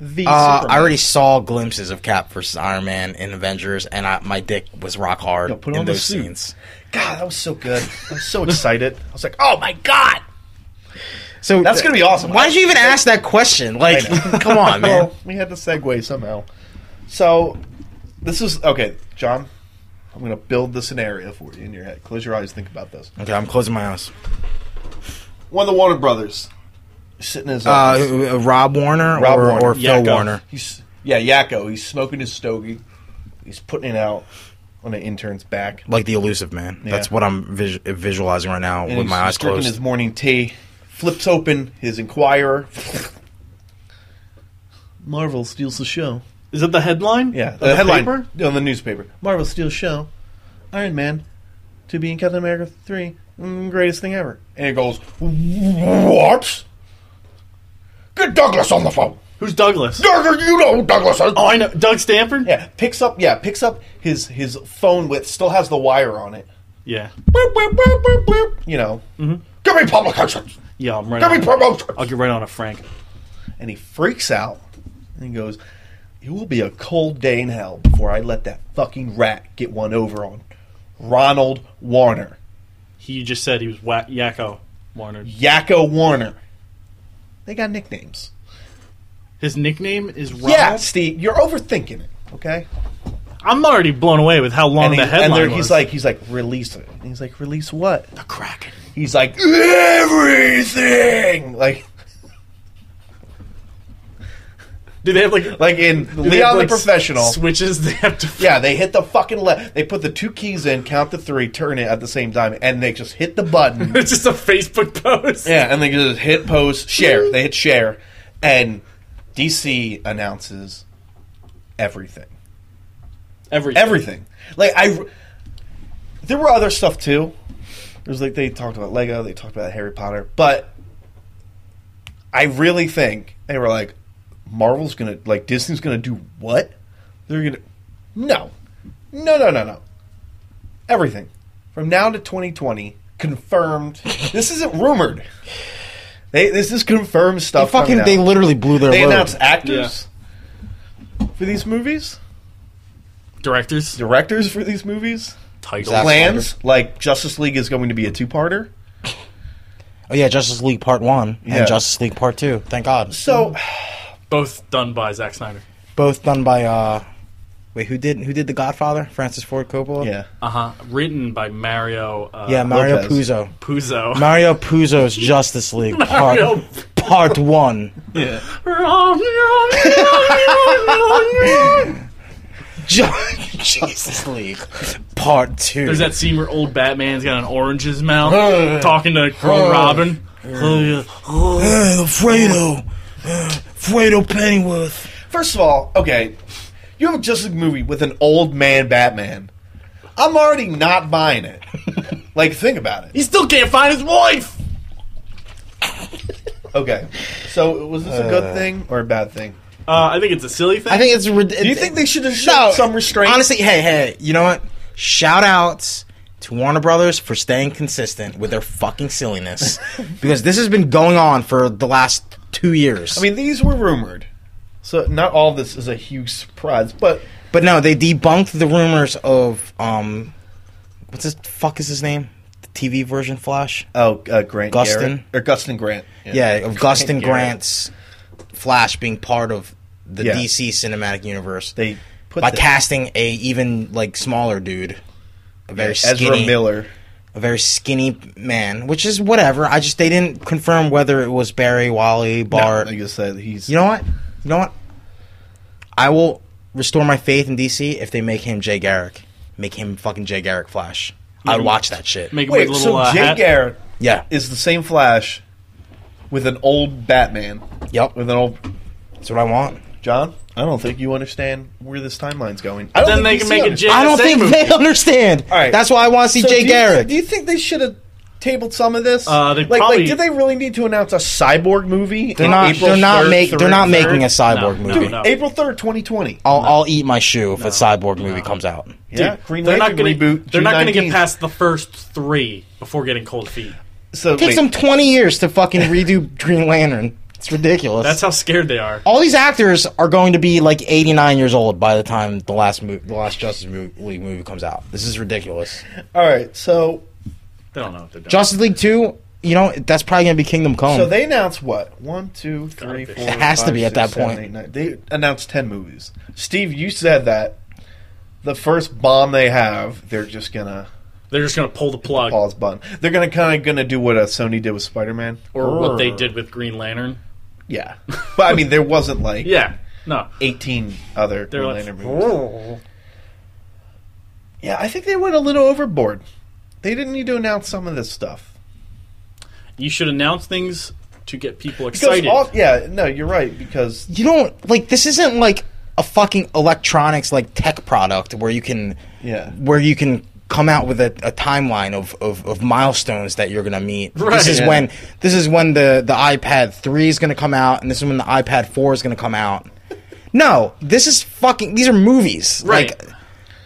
The
uh,
Superman?
I already saw glimpses of Cap versus Iron Man in Avengers, and I, my dick was rock hard
Yo, put
in
on the
those
suit.
scenes.
God, that was so good. I was so excited. I was like, oh my god,
So
that's gonna be awesome. (laughs)
Why did you even ask that question? Like,
I know.
(laughs)
(laughs)
come on, man.
Well, we had to segue somehow. So, this is okay, John. I'm going to build the scenario for you in your head. Close your eyes. Think about this.
Okay, I'm closing my eyes.
One of the Warner Brothers sitting in his office.
Uh, Rob Warner
Rob
or,
Warner.
or Phil
Yakko.
Warner?
He's yeah, Yakko. He's smoking his stogie. He's putting it out on an intern's back.
like the elusive man.
Yeah.
That's what I'm vis- visualizing right now
And
with
he's
my eyes
drinking
closed.
his morning tea. Flips open his Inquirer. Marvel steals the show.
Is that the headline?
Yeah,
Of
the, headline
paper?
on the newspaper. Marvel steals show. Iron Man to be in Captain America three, mm, greatest thing ever. And it goes, what? Get Douglas on the phone.
Who's Douglas?
Douglas, you know who Douglas. is.
Oh, I know. Doug Stanford.
Yeah, picks up. Yeah, picks up his his phone with still has the wire on it.
Yeah.
Boop, boop, boop, boop, boop. You know, give me publications,
Yeah, I'm right.
give me
On.
promotions.
I'll get right on to Frank.
And he freaks out and he goes, It will be a cold day in hell before I let that fucking rat get one over on Ronald Warner.
He just said he was whack Yakko. Warner.
Yakko Warner. They got nicknames.
His nickname is Ronald.
Yeah, Steve, you're overthinking it. Okay.
I'm already blown away with how long
And, he,
the
and
headline
they're-
was.
he's like, he's like, release it. And he's like, release what?
the Kraken.
He's like, everything. Like,
Do they have like
like in
do they have,
Leon the
like,
Professional.
switches? (laughs) They have to.
Yeah, they hit the fucking left. They put the two keys in, count to three, turn it at the same time, and they just hit the button.
(laughs) It's just a Facebook post.
yeah, and they just hit post, share. They hit share, and DC announces everything.
Every
Everything. Like I, there were other stuff too. It was like they talked about Lego, they talked about Harry Potter, but I really think they were like, Marvel's gonna like Disney's gonna do what? They're gonna no, no, no, no, no. Everything from now to 2020
(laughs)
confirmed. this isn't rumored. They this is confirmed
They
stuff.
fucking
coming out.
they literally blew their
they
load.
announced actors for these movies,
directors,
directors for these movies
titles.
Zack
plans like Justice League is going to be a two-parter.
oh yeah, Justice League Part One
Yeah.
and Justice League Part Two. Thank God.
So (sighs)
both done by Zack Snyder.
Both done by uh, wait who did who did the Godfather? Francis Ford Coppola.
yeah,
Uh huh. Written by Mario. Uh,
yeah. Mario
Lopez.
Puzo.
Puzo. (laughs)
Mario Puzo's Justice League
Mario.
Part Part One. (laughs) Ju- Justice League Part Two.
There's that scene where old Batman's got an orange in his mouth, talking to Crow Robin.
Uh, Fredo, Uh, Fredo Pennyworth.
first of all, okay, you have a Justice League movie with an old man Batman. I'm already not buying
(laughs)
it. like, think about
He
it.
still can't find his wife.
Okay, so was this a
Uh.
good thing or a bad thing?
Uh, I think it's a silly thing.
I think it's. rid-
Do you think they should have
No,
showed some restraint?
Honestly, hey, hey, you know what? Shout outs to Warner Brothers for staying consistent with their
(laughs)
fucking silliness because this has been going on for the last two years.
I mean, these were rumored, so not all this is a huge surprise. But
but no, they debunked the rumors of um, what's his fuck is his name? The TV version Flash.
oh, uh, Grant
Gustin?
Garrett, or Gustin Grant,
Yeah,
(laughs)
of Gustin
Garrett.
Grant's Flash being part of the
Yeah.
DC cinematic universe
They put
by
the-
casting a even like smaller dude, a very
Ezra
skinny,
Miller.
a very skinny man, which is whatever. I just they didn't confirm whether it was Barry, Wally, Bart.
like I said, he's
you know what? You know what? I will restore my faith in DC if they make him Jay Garrick, make him fucking Jay Garrick Flash. I'd watch that shit.
Make him
Wait,
with a little
so
uh,
Jay
hat.
Garrett
yeah.
is the same Flash with an old Batman.
Yep.
With an old
That's what I want.
John. I don't think you understand where this timeline's going. I don't
Then
think
they
DC
can make it
understands.
Jay.
I don't
same
think
movie.
they understand.
All right.
That's why I want to see
So do
Jay
you-
Garrick.
Do you think they should have tabled some of this?
Uh, they
like,
probably-
like, did they really need to announce a cyborg movie?
They're not. they're not make. They're not making a cyborg
No, no,
movie.
no.
April third, twenty twenty.
I'll, I'll eat my shoe if a cyborg movie comes out.
Yeah, Green
They're not
Lantern
going to
reboot.
They're
June
not going to get
19th.
past the first three before getting cold feet.
So
It takes
wait,
them 20 years to fucking redo Green Lantern. It's ridiculous.
That's how scared they are.
all these actors are going to be like 89 years old by the time the last movie, the last Justice Mo- League movie comes out. This is ridiculous.
all right. So
They don't know what they're doing.
Justice League 2, you know, that's probably going to be Kingdom Come.
so they announced what one, two, three,
It
four.
Um, has to
five,
be at
six,
that
seven,
point.
eight, nine. They announced ten movies. Steve, you said that the first bomb they have, they're just gonna
They're just going to pull the plug,
pause button. They're gonna kind of gonna do what uh, Sony did with Spider Man,
or what they did with Green Lantern.
Yeah, but I mean, there wasn't like
Yeah, no,
eighteen other
they're
Green
like,
Lantern movies. Yeah, I think they went a little overboard. They didn't need to announce some of this stuff.
you should announce things to get people
Because
excited.
all, yeah, no, you're right. Because
you don't like this isn't like a fucking electronics like tech product where you can
Yeah.
where you can come out with a, a timeline of, of, of milestones that you're gonna meet.
Right.
This is
Yeah.
when this is when the, the iPad three is gonna come out and this is when the iPad four is gonna come out. No, this is fucking these are movies.
Right.
Like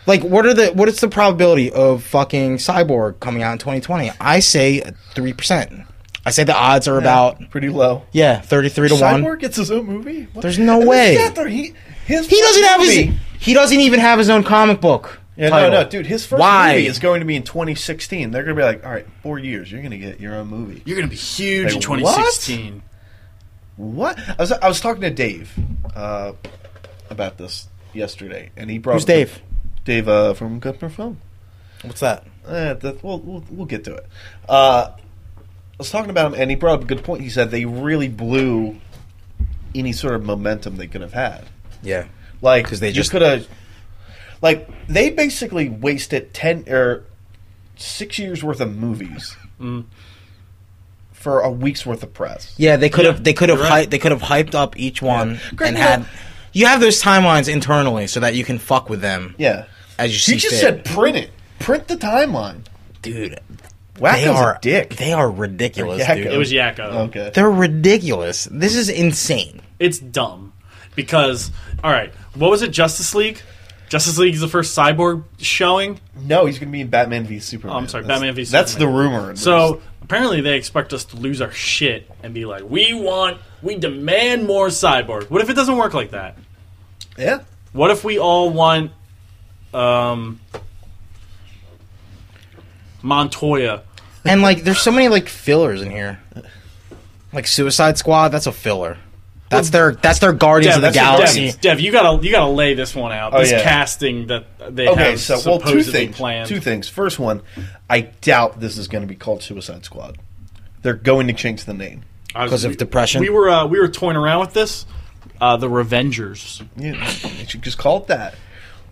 like what are the what is the probability of fucking Cyborg coming out in twenty twenty? I say three percent. I say the odds are about
pretty low.
yeah, thirty three to one.
Cyborg gets his own movie. What?
There's no
And this
way.
is after he his
He doesn't
first
have
movie.
his. He doesn't even have his own comic book.
Yeah,
title.
no, no, dude. His first
Why?
movie is going to be in 2016. They're going to be like, all right, four years. You're going to get your own movie.
You're going to be huge
Wait,
in 2016.
What? I was I was talking to Dave uh, about this yesterday, and he brought
Who's
up the-
Dave?
Dave uh, from Gutner Film.
What's that?
Eh, that, we'll, we'll we'll get to it. Uh, I was talking about him, and he brought up a good point. He said they really blew any sort of momentum they could have had.
Yeah.
Like
'Cause they
you
just-
could have, like they basically wasted ten or six years worth of movies for a week's worth of press.
Mm. Yeah, they could have they could have
you're right.
hy- they could have hyped up each one
Great,
and
you know-
had you have those timelines internally so that you can fuck with them
Yeah,
as you see
he just
fit.
said print it, print the timeline.
dude,
Wacko's
they are
a dick.
They are ridiculous,
They're
dude.
yakko.
It was Yakko.
okay,
They're ridiculous. This is insane.
It's dumb because all right, what was it? Justice League. Justice League is the first cyborg showing.
no, he's gonna be in Batman v Superman.
Oh, I'm sorry,
That's-
Batman v
That's the
Superman.
rumor. at least.
So apparently they expect us to lose our shit and be like, we want, we demand more cyborg. What if it doesn't work like that?
yeah,
What if we all want um, Montoya?
And like, there's so many like fillers in here. Like Suicide Squad, that's a filler. That's their that's their Guardians
Dev,
of the
that's-
Galaxy.
Dev, Dev, you gotta you gotta lay this one out.
Oh,
this
yeah.
casting that they
okay.
have
So well,
supposedly
two things.
planned.
Two things. First one, I doubt this is gonna be called Suicide Squad. They're going to change the name.
I was-
'Cause of
we-
depression?
We were uh, we were toying around with this. Uh, the Revengers.
Yeah, they should just call it that.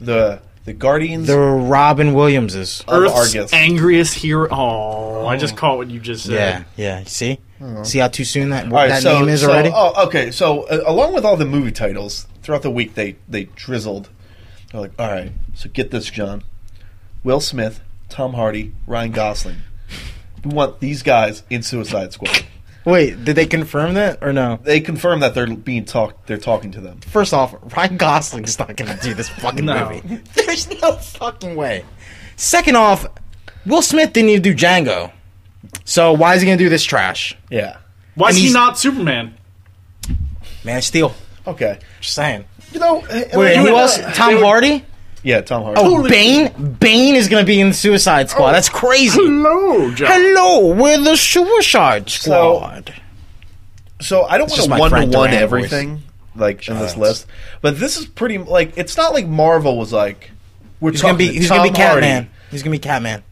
The the Guardians.
The Robin Williamses.
Of
Earth's
Argus.
angriest hero. Oh, I just caught what you just said.
Yeah, yeah. See, see how too soon that
All right,
that
so-
name is
so-
already.
Oh, okay. So uh, along with all the movie titles throughout the week, they they drizzled. They're like, all right, so get this, John. Will Smith, Tom Hardy, Ryan Gosling. We want these guys in Suicide Squad.
Wait, did they confirm that or no?
They confirm that they're being talked. They're talking to them.
First off, Ryan Gosling's not going to do this (laughs) fucking
No.
movie. There's no fucking way. Second off, Will Smith didn't even do Django, so why is he going to do this trash?
Yeah.
Why is
And
he
he's-
not Superman?
Man of Steel.
Okay.
Just saying.
You know.
Wait, who
uh,
else? Tom Hardy?
Yeah, Tom Hardy.
Oh, Bane? Bane is going to be in Suicide Squad. That's crazy. (laughs)
Hello, John.
Hello, we're the Suicide Squad.
So I don't
just
want
my
to one
Frank
to one
Duran
everything like in this
out.
list, but this is pretty like it's not like Marvel was like we're
He's
talking
going to
to
be he's going to be
Tom Hardy.
Catman. He's going to be Catman.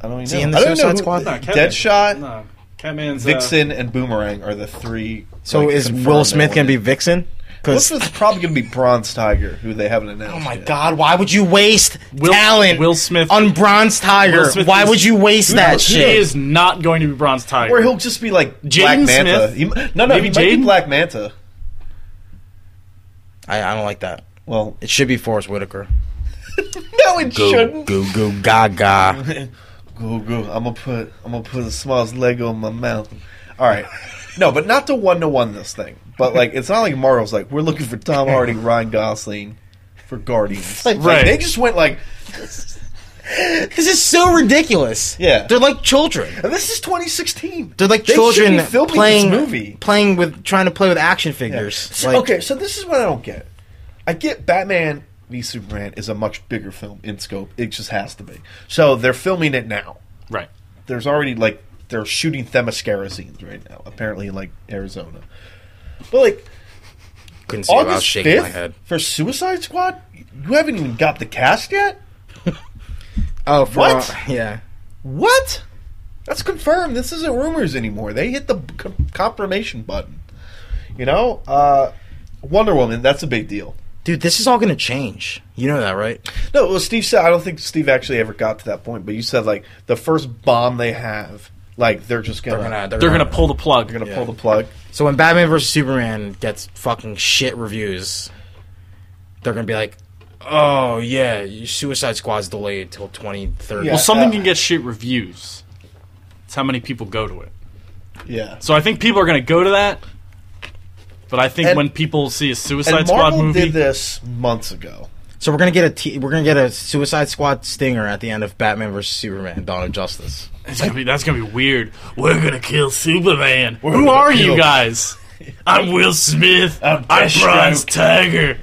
I don't even
he
know.
in the
I don't
Suicide
know
Squad?
Who,
No,
Catman.
Deadshot,
No, Catman's uh,
Vixen, and Boomerang are the three.
So
like,
is
confirmed
Will Smith going to be
villains.
Vixen?
Will
Cuz
Smith's probably going to be Bronze Tiger, who they haven't announced.
Oh my
yet.
god, why would you waste
Will-
talent
Will Smith-
on Bronze Tiger?
Will Smith
why
is-
would you waste
Who
that
knows?
shit?
He is not going to be Bronze Tiger.
Or he'll just be like Black
Jaden
Manta.
Smith?
He m- no, no,
Maybe
he might be
Jaden?
Black Manta.
I, I don't like that.
Well, (laughs)
It should be Forrest Whitaker.
no, it shouldn't.
Goo goo (laughs) gaga.
Goo goo. I'm gonna put I'm gonna put the smallest Lego in my mouth. All right, no, but not to one to one this thing. But like, it's not like Marvel's like we're looking for Tom
(laughs)
Hardy, Ryan Gosling for Guardians. Like,
Right.
they just went like,
this is so ridiculous.
Yeah.
They're like children.
and this is 2016.
They're like
They should be
children
filming this
playing
movie.
playing with trying to play with action figures.
So-
Like,
okay, so this is what I don't get. I get Batman v Superman is a much bigger film in scope. It just has to be. So they're filming it now.
right.
there's already like they're shooting Themyscira scenes right now, apparently in like Arizona. But like
couldn't see it, I was
August
shaking my
fifth
head.
for Suicide Squad, you haven't even got the cast yet.
Oh, for
What?
uh, yeah.
What? That's confirmed. This isn't rumors anymore. They hit the c- confirmation button. You know, uh, Wonder Woman. That's a big deal.
Dude, this is all going to change. You know that, right?
No, well, Steve said I don't think Steve actually ever got to that point. But you said like the first bomb they have, like they're just gonna they're gonna,
They're gonna pull the plug.
pull the plug.
So when Batman vs Superman gets fucking shit reviews, they're gonna be like, "Oh yeah, your Suicide Squad's delayed till 2030."
Yeah.
Well, something
uh,
can get shit reviews. It's how many people go to it.
Yeah.
So I think people are gonna go to that. But I think
And-
when people see a Suicide
And
Squad
Marvel
movie,
did this months ago.
So we're gonna get a t- we're gonna get a Suicide Squad stinger at the end of Batman vs Superman: Dawn of Justice.
it's gonna be, that's gonna be weird. We're gonna kill Superman. Who
gonna
are
kill
you
him. (laughs)
guys? I'm Will Smith.
I'm
I'm Bronze
Deathstroke.
Tiger.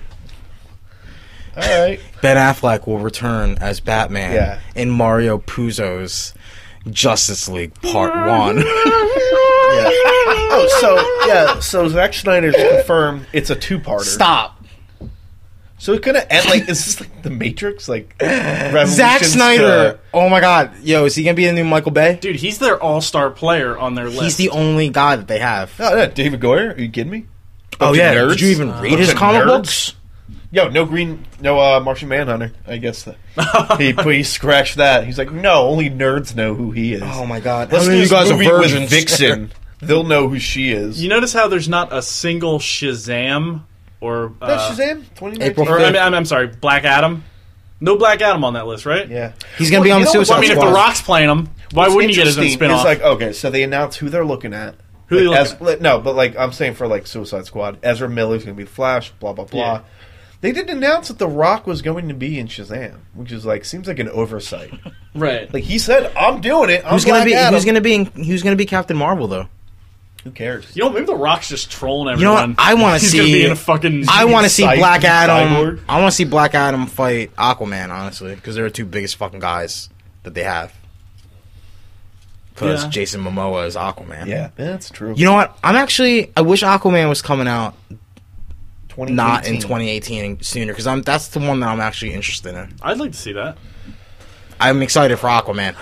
All right.
Ben Affleck will return as Batman
Yeah.
in Mario Puzo's Justice League Part One.
Yeah. Oh, so yeah, so Zack Snyder's confirmed it's a two-parter.
(laughs) Stop.
So it's gonna end like is this like the Matrix? Like Revolution's
Zack Snyder.
to-
Oh my God. Yo, is he gonna be the new Michael Bay?
Dude, he's their all-star player on their list.
He's the only guy that they have.
No, no, David Goyer. Are you kidding me?
oh
Bunch of
yeah.
nerds.
Did you even read his
Bunch of
comic
nerds.
books?
Yo, no green, no uh, Martian Manhunter. I guess that
(laughs)
he he scratched that. He's like, no, only nerds know who he is.
Oh my God.
Let's
How
do
many
this
of you guys are
movie with
virgins? (laughs)
Vixen. They'll know who she is.
You notice how there's not a single Shazam or uh,
That's Shazam. 2019.
April
Or, I mean, I'm, I'm sorry, Black Adam. No Black Adam on that list, right?
Yeah.
He's gonna be
Well,
on
you
the
know what-
Suicide
I mean, if
Squad.
The Rock's playing him, why
What's
wouldn't he get his own
interesting
spinoff?
Is like okay, so they announce who they're looking at.
Who they
Like,
looking
as- No, but like I'm saying for like Suicide Squad, Ezra Miller's going to be the Flash. Blah blah blah.
Yeah.
They didn't announce that The Rock was going to be in Shazam, which is like seems like an oversight.
right.
like he said, "I'm doing it." I'm
Who's gonna
Black
be?
Adam."
Who's gonna be? in- Who's gonna be Captain Marvel though?
Who cares?
you know, maybe The Rock's just trolling
You know
everyone.
what? I want
(laughs)
to
He's
see.
gonna be in a fucking.
I want to see
Cyborg.
Black
Cyborg.
Adam. I want to see Black Adam fight Aquaman, honestly, because they're the two biggest fucking guys that they have. Because
Yeah.
Jason Momoa is Aquaman.
Yeah, that's true.
You know what? I'm actually. I wish Aquaman was coming out not in
2018.
2018 sooner because I'm. That's the one that I'm actually interested in.
I'd like to see that.
I'm excited for Aquaman.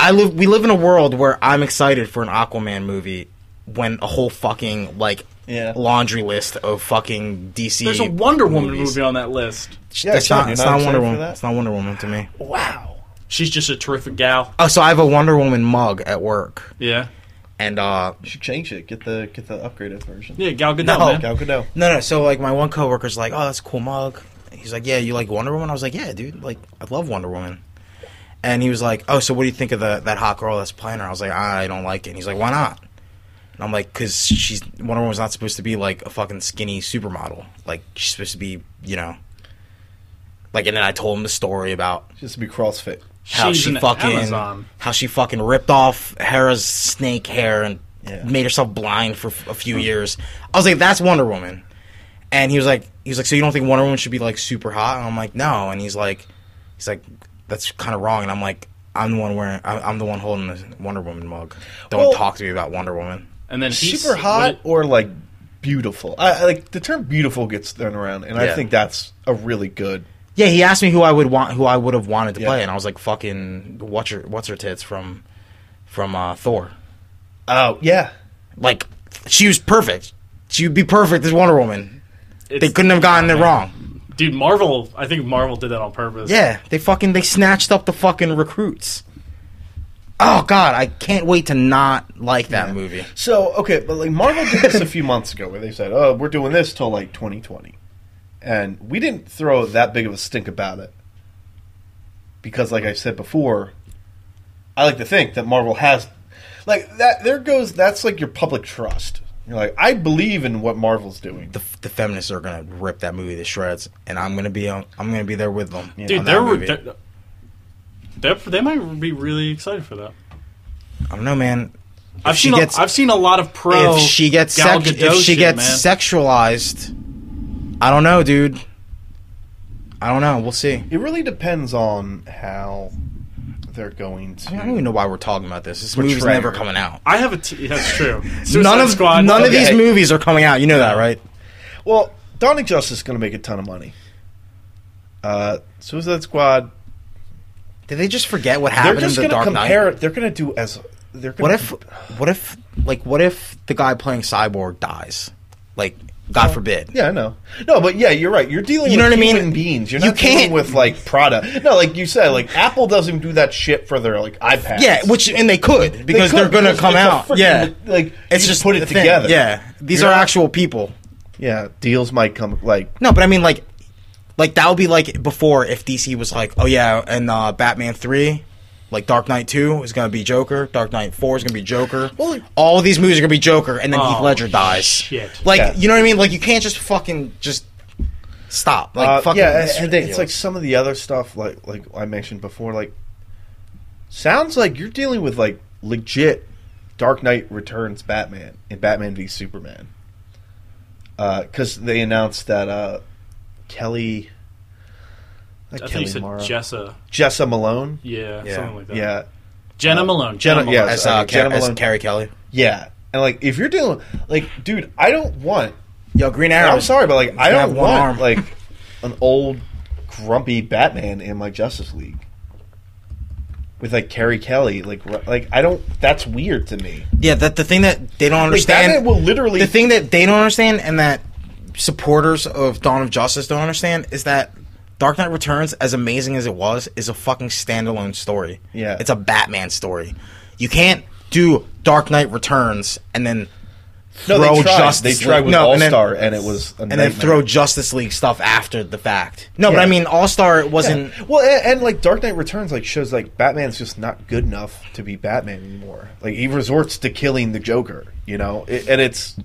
I live. We live in a world where I'm excited for an Aquaman movie when a whole fucking like
Yeah.
laundry list of fucking DC.
There's a Wonder Woman
movies.
movie on that list.
Yeah,
that's
Sean,
not,
you're
it's
not
not
excited
Wonder
for
Woman.
that?
It's not Wonder Woman to me.
Wow. She's just a terrific gal.
Oh, so I have a Wonder Woman mug at work,
Yeah.
and uh,
You should change it. Get the get the upgraded version.
Yeah, Gal Gadot,
No.
man.
Gal Gadot.
no, no. So like, my one coworker's like, "Oh, that's a cool mug." He's like, "Yeah, you like Wonder Woman?" I was like, "Yeah, dude. Like, I love Wonder Woman." And he was like, "Oh, so what do you think of the that hot girl that's playing her?" I was like, "I don't like it." And he's like, "Why not?" And I'm like, "Cause she's Wonder Woman's not supposed to be like a fucking skinny supermodel. Like, she's supposed to be, you know." Like, and then I told him the story about
Just to be CrossFit.
how
She's
she
an
fucking
Amazon.
how she fucking ripped off Hera's snake hair and
Yeah.
made herself blind for f- a few years. I was like, that's Wonder Woman, and he was like, he was like, so you don't think Wonder Woman should be like super hot? And I'm like, no. And he's like, he's like, that's kind of wrong. And I'm like, I'm the one wearing, I- I'm the one holding the Wonder Woman mug. Don't
Well-
talk to me about Wonder Woman.
And then he's
Super hot
what-
or like beautiful? I I- like the term beautiful gets thrown around, and I
Yeah.
think that's a really good.
Yeah, he asked me who I would want, who I would have wanted to
Yeah.
play, and I was like, fucking, what's her, what's her tits from, from uh, Thor.
Oh yeah,
like she was perfect. She would be perfect as Wonder Woman. They
it's-
couldn't have gotten it wrong.
Dude, Marvel. I think Marvel did that on purpose.
Yeah, they fucking they snatched up the fucking recruits. Oh god, I can't wait to not like that movie.
So okay, but like Marvel did this a few months ago, where they said, "Oh, we're doing this till like 2020," and we didn't throw that big of a stink about it because, like I said before, I like to think that Marvel has, like that. There goes that's like your public trust. You're like, I believe in what Marvel's doing.
The, the feminists are gonna rip that movie to shreds, and I'm gonna be on, I'm gonna be there with them.
Dude,
on
they're,
that movie.
they're, they're they might be really excited for that.
I don't know, man.
I've
she
seen
gets-
a, I've seen a lot of pro.
if she gets
Gal
sex,
Gadot
if she
shit,
gets
man.
sexualized, I don't know, dude. I don't know. We'll see.
It really depends on how they're going to.
I don't even know why we're talking about this. This movie's
Portrayal.
never coming out.
I have a. T- that's
(laughs)
true. Suicide
none of
Squad.
none of these
Okay.
movies are coming out. You know that, right?
Well, Dawn of Justice is going to make a ton of money. Uh, Suicide Squad
Did they just forget what
they're
happened in
just
the
going to
Dark
compare
Knight?
it. They're going to do as they're. Gonna
What if, what if, like, what if the guy playing Cyborg dies? Like, God forbid.
Yeah, I know. No, but yeah, you're right. You're dealing
You know
with
what I mean?
human beings. You're not
You
dealing
can't-
with like Prada. No, like you said, like Apple doesn't do that shit for their like iPads.
Yeah, which and they could
They
because
could,
they are gonna
because
come
it's a
out.
frickin',
yeah,
like
it's just
put it
the thing.
together.
Yeah, these
You're
are
not-
actual people.
yeah. Deals might come like
No, but I mean, like, like that would be like before if DC was like, oh yeah, and uh, Batman three, like Dark Knight two is gonna be Joker, Dark Knight four is gonna be Joker.
Well-
All these movies are gonna be Joker, and then Heath
Oh,
Ledger dies.
shit.
Like,
Yeah.
you know what I mean? Like, you can't just fucking just stop. Like,
Uh,
fucking,
yeah,
it's
and- and it's
ridiculous.
like some of the other stuff, like like I mentioned before, like sounds like you're dealing with like legit Dark Knight Returns Batman and Batman v Superman, because they announced that uh, Kelly That
I
Kelly
think you said
Mara.
Jessa.
Jessa Malone.
Yeah,
Yeah.
something like that.
Yeah,
Jenna Malone.
Jenna-
Jenna, Malone.
yeah,
As, uh,
Okay, Jenna
Car- as
Malone.
Carrie Kelly.
yeah. And like, if you're dealing, like, dude, I don't want.
Yo, Green Arrow.
I'm sorry, but like, I
gonna have
don't
one
want
arm.
like an old grumpy Batman in my Justice League with like Carrie Kelly. Like, ru- like I don't. That's weird to me.
Yeah, that the thing that they don't
Like,
understand.
Batman will literally.
the thing that they don't understand and that supporters of Dawn of Justice don't understand is that Dark Knight Returns, as amazing as it was, is a fucking standalone story.
Yeah.
It's a Batman story. You can't do Dark Knight Returns and then
no,
throw
they tried.
Justice
they tried
League-
with
no,
All
and then-
Star, and it was a
and then
nightmare.
throw Justice League stuff after the fact. No, but
Yeah.
I mean All Star wasn't
Yeah. well, and, and like Dark Knight Returns, like shows like Batman's just not good enough to be Batman anymore. Like he resorts to killing the Joker, you know, It- and it's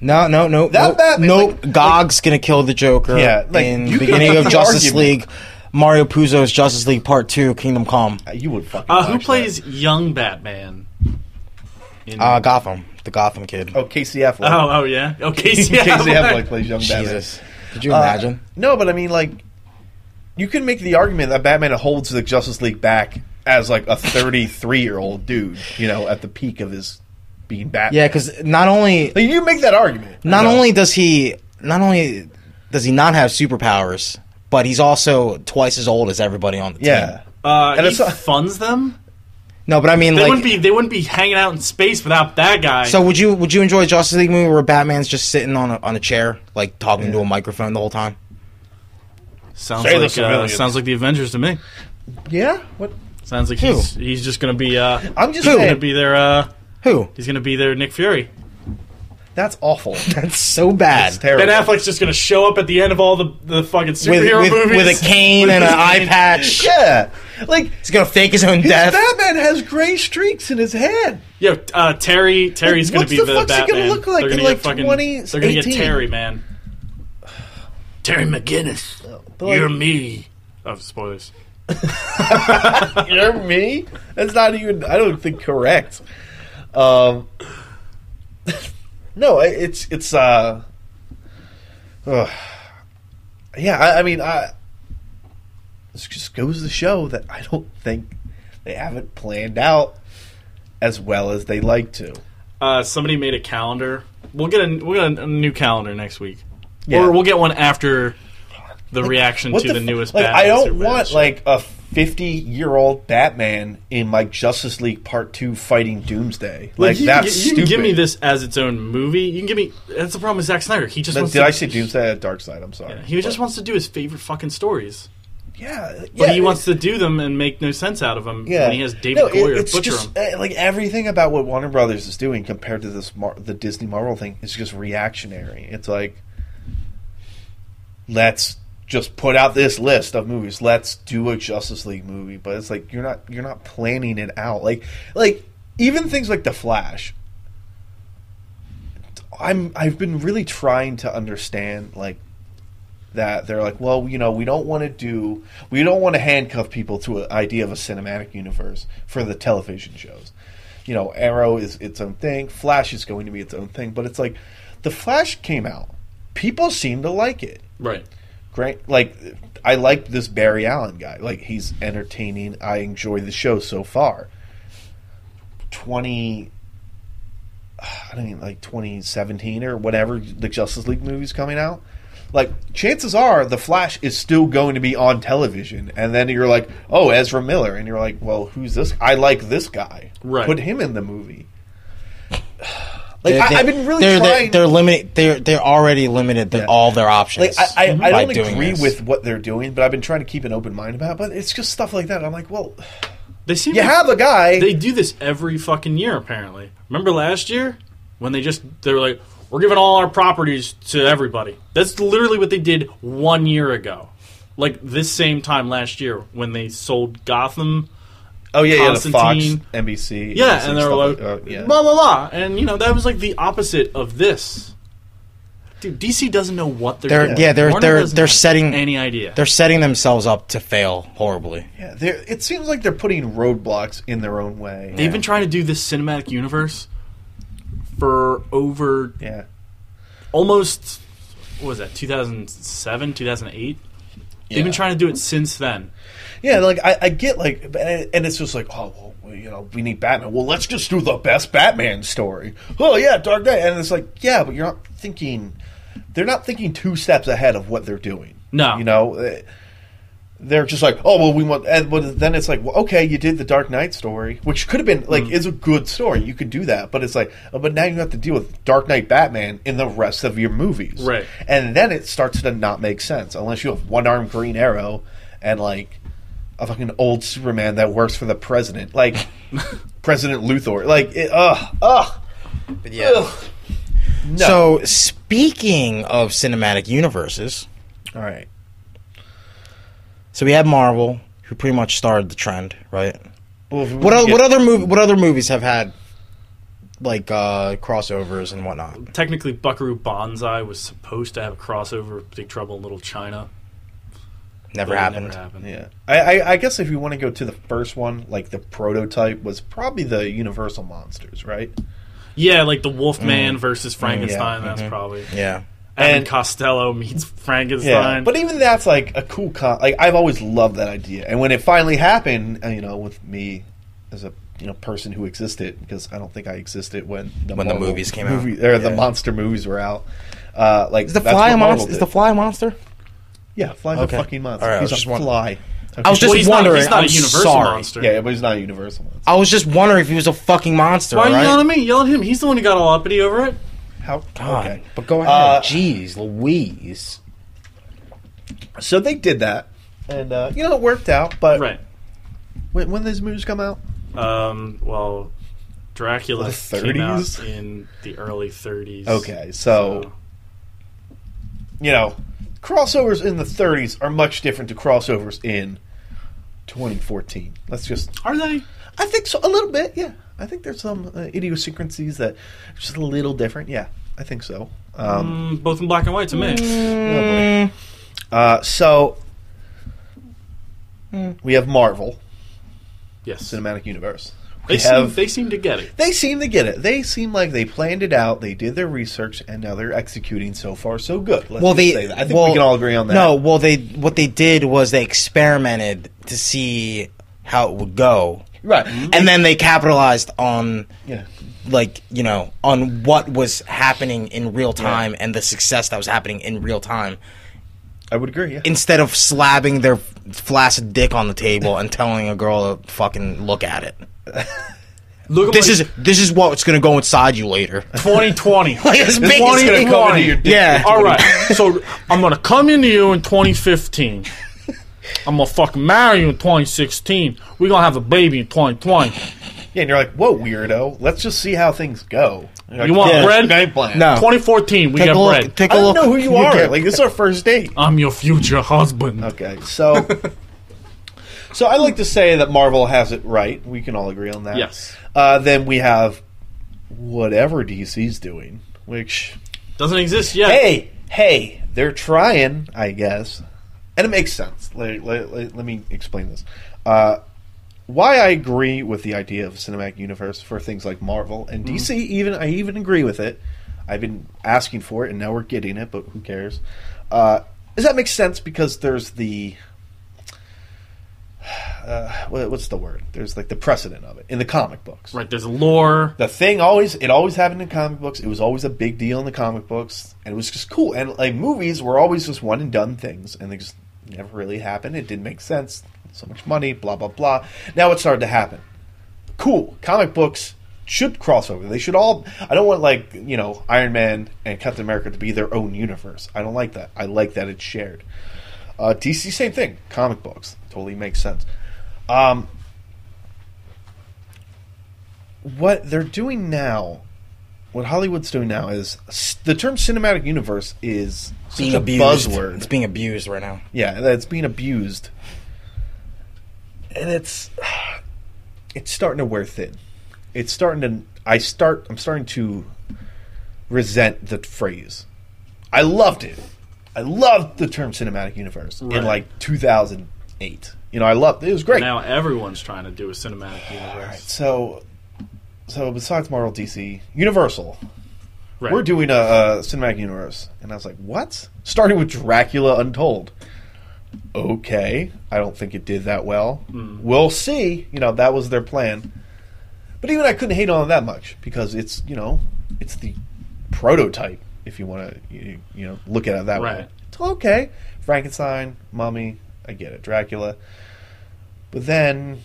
No, no, no.
That
no,
Batman-
no
like-
Gog's gonna kill the Joker.
Yeah, like,
in
you can
the beginning
make
of
the
Justice
argument.
League, Mario Puzo's Justice League Part Two, Kingdom Come.
you would fucking.
Uh, who
watch
plays
That.
young Batman? In-
Uh, Gotham, the Gotham kid.
Oh, Casey Affleck.
oh, oh (laughs) yeah. Oh, Casey.
(laughs) Casey
Affleck.
Affleck plays young Batman.
Jesus, could you
Uh,
imagine?
no, but I mean, like, you can make the argument that Batman holds the Justice League back as like a 33 year old dude, you know, at the peak of his being Batman.
Yeah, because not only
Like, you make that argument.
not
you know?
only does he not only does he not have superpowers, but he's also twice as old as everybody on the
yeah.
team.
Uh,
And
he
it's-
funds them.
No, but I mean,
They
like,
wouldn't be. They wouldn't be hanging out in space without that guy.
so would you would you enjoy a Justice League movie where Batman's just sitting on a, on a chair, like talking to a microphone the whole time?
sounds
Say the
like uh,
civilians.
sounds like the Avengers to me.
Yeah. What?
Sounds like he's he's just gonna be. Uh,
I'm just
he's gonna
saying.
be their. Uh,
Who?
he's gonna be their Nick Fury.
That's awful.
(laughs) That's so bad.
That's terrible.
Ben Affleck's just gonna show up at the end of all the, the fucking superhero
with,
movies
with a cane and an eye patch.
Yeah. Like,
He's gonna fake his own
his
death.
Batman has gray streaks in his head.
Yeah, uh, Terry. Terry's
Like,
gonna
what's
be
the
the,
fuck's he gonna
Batman.
look like
they're gonna
in,
get
like,
fucking,
20,
They're gonna get
18?
Terry, man. Terry McGinnis,
But, like,
you're me. Of Oh, spoilers.
You're me? That's not even. I don't think correct. Um, no, I- it's it's. uh ugh. Yeah, I, I mean, I. This just goes to show that I don't think they haven't planned out as well as they like to.
Uh, somebody made a calendar. We'll get a we'll get a, a new calendar next week,
Yeah.
or we'll get one after the reaction
What
to the,
the fu-
newest.
Like,
Batman
I don't
Superman
want
shit.
like a fifty-year-old Batman in like Justice League Part Two fighting Doomsday.
Like,
Like
you can
that's
gi- you
stupid.
can give me this as its own movie. You can give me. That's the problem with Zack Snyder. He just
But
wants
Did
to,
I say Doomsday at Dark Side? I'm sorry.
He just wants to do his favorite fucking stories.
Yeah,
But
yeah,
he wants
it-
to do them and make no sense out of them.
Yeah,
when he has David
No, it-
Goyer
it's
butcher
just,
him.
uh, like everything about what Warner Brothers is doing compared to this Mar- the Disney Marvel thing is just reactionary. It's like let's just put out this list of movies. Let's do a Justice League movie, but it's like you're not you're not planning it out. Like like even things like The Flash. I'm I've been really trying to understand like that they're like, well, you know, we don't want to do, we don't want to handcuff people to an idea of a cinematic universe for the television shows. You know, Arrow is its own thing, Flash is going to be its own thing, but it's like, the Flash came out, people seem to like it.
Right.
Great, like I like this Barry Allen guy. Like he's entertaining. I enjoy the show so far. Twenty, I don't mean like twenty seventeen or whatever the Justice League movie's coming out. Like chances are the Flash is still going to be on television, and then you're like, oh Ezra Miller, and you're like, well who's this? I like this guy.
Right.
put him in the movie. (sighs) Like
They're-
I,
they're-
I've been really
they're,
trying.
They're, they're limited. They're they're already limited to
Yeah.
all their options.
Like I, I, I
by
don't
doing
agree
this.
with what they're doing, but I've been trying to keep an open mind about. it. But it's just stuff like that. I'm like, well,
They seem
you
to-
have a guy.
They do this every fucking year, apparently. Remember last year when they just they were like, "We're giving all our properties to everybody." That's literally what they did one year ago, like this same time last year when they sold Gotham.
oh yeah, yeah, the Fox,
Constantine.
NBC,
Yeah,
NBC,
and they were
stuff
like,
uh, yeah.
"La la la," and you know that was like the opposite of this. Dude, DC doesn't know what they're,
They're-
doing.
yeah, they're-
Warner
they're-
doesn't
they're
have
setting-
any idea.
They're setting themselves up to fail horribly.
Yeah, they're- it seems like they're putting roadblocks in their own way.
They've been trying to do this cinematic universe for over
yeah,
almost what was that 2007 2008 They've
Yeah.
been trying to do it since then.
Yeah, like I, I get like, and and it's just like, oh well, we- you know, we need Batman. Well, let's just do the best Batman story. Oh yeah, Dark Knight, and it's like, yeah, but you're not thinking. They're not thinking two steps ahead of what they're doing.
No.
you know, eh, they're just like, oh well, we want. And but then it's like, well, okay, you did the Dark Knight story, which could have been like is a good story. You could do that, but it's like, oh, but now you have to deal with Dark Knight Batman in the rest of your movies,
Right.
And then it starts to not make sense unless you have one armed Green Arrow and like a fucking old Superman that works for the president, like President Luthor. Like, it, ugh, ugh,
But yeah.
ugh. No.
So speaking of cinematic universes,
all right,
so we have Marvel, who pretty much started the trend, right?
well, if we
What
get-
o- what other movie? What other movies have had like uh, crossovers and whatnot?
Technically, Buckaroo Banzai was supposed to have a crossover with Big Trouble in Little China.
Never
but it
happened.
Never happened.
Yeah, I, I, I guess if you want to go to the first one, like the prototype was probably the Universal monsters, right?
Yeah, like the Wolfman versus Frankenstein.
Mm. yeah, Mm-hmm.
That's probably
Yeah.
and
And-
Costello meets Frankenstein.
but even that's like a cool con. Like I've always loved that idea, and when it finally happened, uh, you know, with me as a you know person who existed because I don't think I existed when the
When the movies came out.
out or the
Yeah.
monster movies were out. Uh, like
Is the
that's
fly
what
a
Marvel
monster? Is
did.
the fly a monster?
yeah fly's
Okay.
a fucking monster?
All right, I
he's
was
a
just wondering.
fly.
I was
well,
just
he's not,
wondering.
he's not
I'm
a universal
sorry.
monster.
yeah, but he's not a Universal monster.
I was just wondering if he was a fucking monster.
Why are you
right?
yelling at me? Yell at him. He's the one who got all uppity over it.
How
God,
okay?
but go ahead.
Uh,
Jeez, Louise.
So they did that, and uh, you know it worked out. But
Right.
when, when these movies come out,
Um, well, Dracula
The
came out
30s?
in the early Uh, 30s.
Okay, so, you know, crossovers in the 30s are much different to crossovers in 2014. Let's just,
are they?
I think so, a little bit, yeah. I think there's some uh, idiosyncrasies that are just a little different. Yeah, I think so. Um,
Mm, both in black and white to me.
oh boy. uh, so, we have Marvel
Yes.
Cinematic Universe. We
They seem,
have
they seem to get it.
they seem to get it. They seem like they planned it out. They did their research, and now they're executing. So far, so good. Let's
Well,
just
they.
say that. I think
well,
we can all agree on that.
No, well, they. What they did was they experimented to see how it would go,
right?
and then they capitalized on,
yeah,
like you know, on what was happening in real time and the success that was happening in real time,
I would agree. Yeah,
instead of slapping their flaccid dick on the table and telling a girl to fucking look at it.
Look at
This
my-
is this is what's gonna go inside you later.
2020.
Like, it's
(laughs)
big as
it's gonna come
2020.
into your dick.
Yeah.
All right. (laughs) So I'm gonna come into you in 2015. I'm gonna fucking marry you in 2016. We're gonna have a baby in 2020.
yeah, and you're like, "Whoa, weirdo! Let's just see how things go." You're like,
You want
"Yeah,
bread?
Game plan.
No.
2014. We
Take
got
a look.
bread.
Take
I
a
don't
look.
know who (laughs) you are.
get-
Like this is our first date.
I'm your future husband.
Okay, so, (laughs) so I like to say that Marvel has it right. We can all agree on that.
Yes.
Uh, then we have whatever DC's doing, which
Doesn't exist yet.
hey, hey, they're trying, I guess. And it makes sense. Let, let, let, let me explain this. Uh, why I agree with the idea of a cinematic universe for things like Marvel and DC, even I even agree with it. I've been asking for it, and now we're getting it, but who cares? Uh, does that make sense? Because there's the (sighs) uh, what- what's the word? There's like the precedent of it in the comic books,
Right. There's lore.
the thing always it always happened in comic books. It was always a big deal in the comic books, and it was just cool. And like movies were always just one and done things, and they just never really happened. It didn't make sense. So much money, blah blah blah. Now it started to happen. Cool. Comic books should cross over. They should all. I don't want like you know Iron Man and Captain America to be their own universe. I don't like that. I like that it's shared. Uh, DC same thing. Comic books totally makes sense. Um, what they're doing now, what Hollywood's doing now is s- the term cinematic universe is such
being
a
abused.
buzzword.
It's being abused right now.
yeah, that's being abused, and it's it's starting to wear thin. It's starting to. I start. I'm starting to resent the phrase. I loved it. I loved the term cinematic universe
Right.
in like 2008. You know, I loved it. It was great.
Now everyone's trying to do a cinematic universe.
So, so besides Marvel, DC, Universal,
Right.
we're doing a, a cinematic universe, and I was like, what? Starting with Dracula Untold. okay, I don't think it did that well.
Hmm.
We'll see. You know, that was their plan. But even I couldn't hate on it that much because it's, you know, it's the prototype, if you want to, you, you know, look at it that way.
Right.
It's okay. Frankenstein, Mummy, I get it. Dracula. But then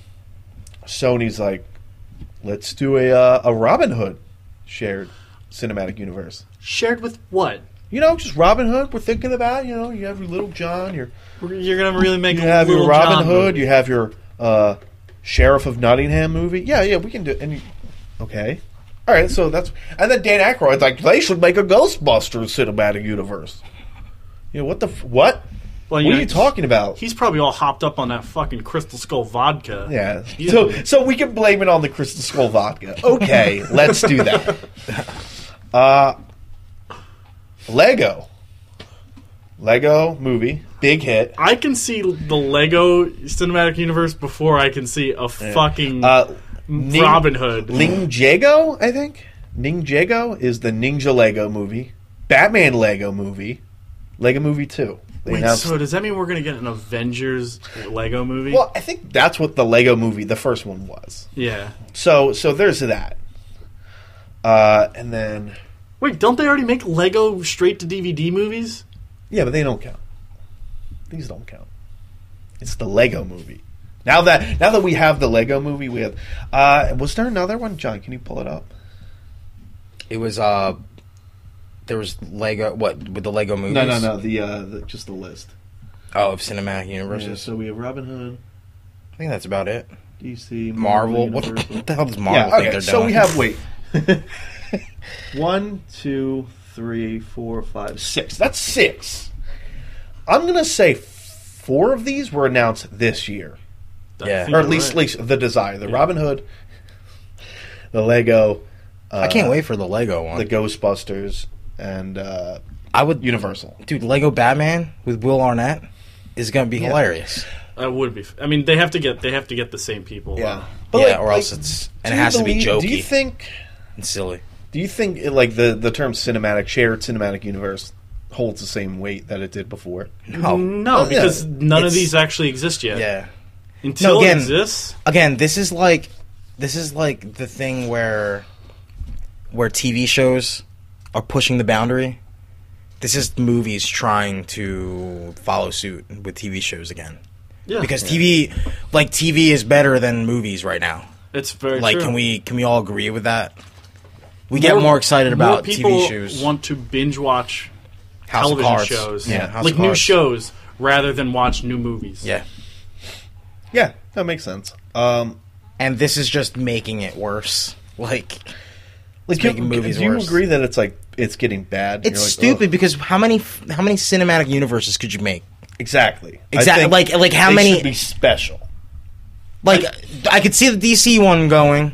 Sony's like, let's do a, uh, a Robin Hood shared cinematic universe.
Shared with what?
You know, just Robin Hood, we're thinking about, you know, you have your little John, your
You're gonna really make
you
a
have your
little
Robin
John
Hood.
movie.
You have your uh, Sheriff of Nottingham movie. Yeah, yeah, we can do. And you, okay, all right. So that's and then Dan Aykroyd's like they should make a Ghostbusters cinematic universe. You know what the f- what?
Well,
what
know,
are you talking about?
He's probably all hopped up on that fucking Crystal Skull vodka.
yeah. So so we can blame it on the Crystal Skull vodka.
(laughs)
Okay, let's do that. Uh, Lego. Lego movie, big hit.
I can see the Lego cinematic universe before I can see a fucking
Uh,
Robin Hood.
Ning Jago, I think. Ning Jago is the Ninja Lego movie, Batman Lego movie, Lego Movie Two. They
Wait,
announced-
so does that mean we're gonna get an Avengers Lego movie?
well, I think that's what the Lego movie, the first one, was.
yeah.
So, so there's that. Uh, and then,
Wait, don't they already make Lego straight to DVD movies?
yeah, but they don't count. These don't count. It's the Lego movie. Now that now that we have the Lego movie, we have. Uh, was there another one, John? Can you pull it up?
It was uh, there was Lego. What with the Lego movies?
No, no, no. The, uh, the just the list.
Oh, of cinematic universes.
so we have Robin Hood,
I think that's about it.
DC,
Marvel. What, what (laughs) the hell does Marvel
Yeah,
think
okay.
they're
So
doing?
we have wait. (laughs) One, two, three, four, five, six. That's six. I'm gonna say four of these were announced this year,
Yeah.
or at least, at least the desire, the Robin Hood, the Lego, uh,
I can't wait for the Lego one.
the Ghostbusters, and uh,
I would,
Universal.
dude. Lego Batman with Will Arnett is gonna be hilarious.
that would be. f- I mean, they have to get they have to get the same people.
Yeah,
yeah, or else it's and it has to be jokey
Do you think?
and silly.
Do you think like the the term cinematic shared cinematic universe holds the same weight that it did before?
No,
No,
Oh, yeah.
because none of
It's-
these actually exist yet.
yeah.
Until
No, again-
it exists,
Again, this is like, this is like the thing where, where TV shows are pushing the boundary. This is movies trying to follow suit with TV shows again.
yeah,
Because TV, like TV, is better than movies right now.
it's very
Like,
true.
can we can we all agree with that? We get more excited
more
about
people
TV shows,
Want to binge watch
House of
television
Cards.
shows,
yeah, House
like
of
new
Cards.
shows, rather than watch new movies.
yeah.
Yeah, that makes sense. Um,
And this is just making it worse. (laughs) Like,
like,
It's making
do-
movies
do you
worse.
agree that it's like it's getting bad?
it's
You're like,
stupid
"Ugh."
because how many f- how many cinematic universes could you make?
Exactly. I
Exactly,
think
like- like how
they
many-
should be special?
Like, I could see the DC one going.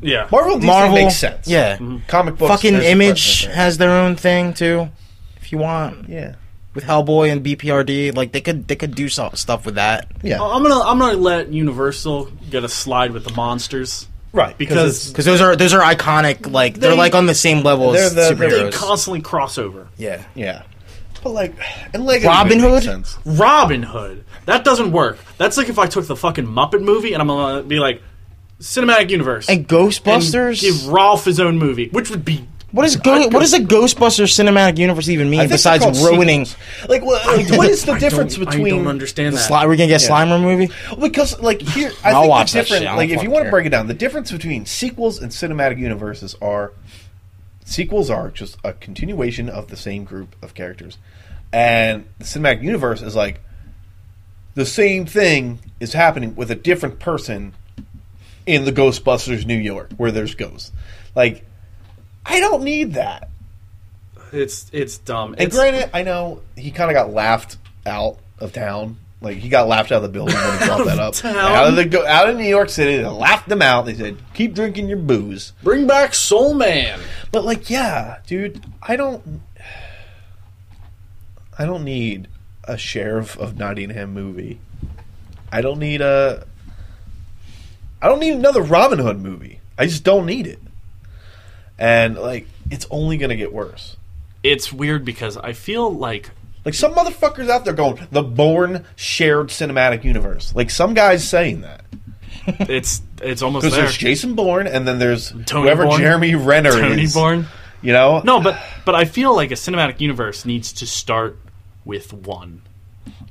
yeah.
Marvel, DC
Marvel
makes sense. Mm-hmm.
Yeah.
comic books.
Fucking
there's a
Image
precedent
has their own thing too, if you want.
there.
With Hellboy and BPRD, like they could they could do so- stuff with that.
Yeah, yeah,
I'm gonna I'm gonna let Universal get a slide with the monsters
right.
because
it's-
Because those are those are iconic. Like they, are
They-
like on the same level
they're
as
the- they're-
they
superheroes.
constantly cross over.
yeah.
yeah, but like and Lego
Robin
makes
Hood?
sense.
Robin Hood. That doesn't work. That's like if I took the fucking Muppet movie and I'm gonna be like, cinematic universe.
And
and
Ghostbusters.
give Rolf his own movie, which would be
what is go- what does a Ghostbusters cinematic universe even
I
mean
think they're
besides
called
ruining?
sequels. Like, well, like, what is the
I
difference
don't-
between
I don't understand that.
Sli- we're gonna get Slimer movie.
because like here I
I'll
think
watch
the
that
different
shit. I don't
like if you
fucking
want to
care.
break it down, the difference between sequels and cinematic universes are sequels are just a continuation of the same group of characters. And the cinematic universe is like the same thing is happening with a different person in the Ghostbusters New York where there's ghosts. Like I don't need that.
it's it's dumb.
And
It's,
granted, I know he kind of got laughed out of town. Like he got laughed out of the building when he brought that up.
town?
Out of the go- out of New York City, they laughed them out. They said, "Keep drinking your booze."
Bring back Soul Man.
But like, yeah, dude, I don't, I don't need a sheriff of Nottingham movie. I don't need a, I don't need another Robin Hood movie. I just don't need it. And like, it's only gonna get worse.
It's weird because I feel like
Like some motherfuckers out there going the Bourne shared cinematic universe. Like some guys saying that
It's it's almost
because
there.
there's Jason Bourne and then there's
Tony
whoever
Bourne.
Jeremy Renner
Tony
is.
Bourne.
You know?
No, but but I feel like a cinematic universe needs to start with one.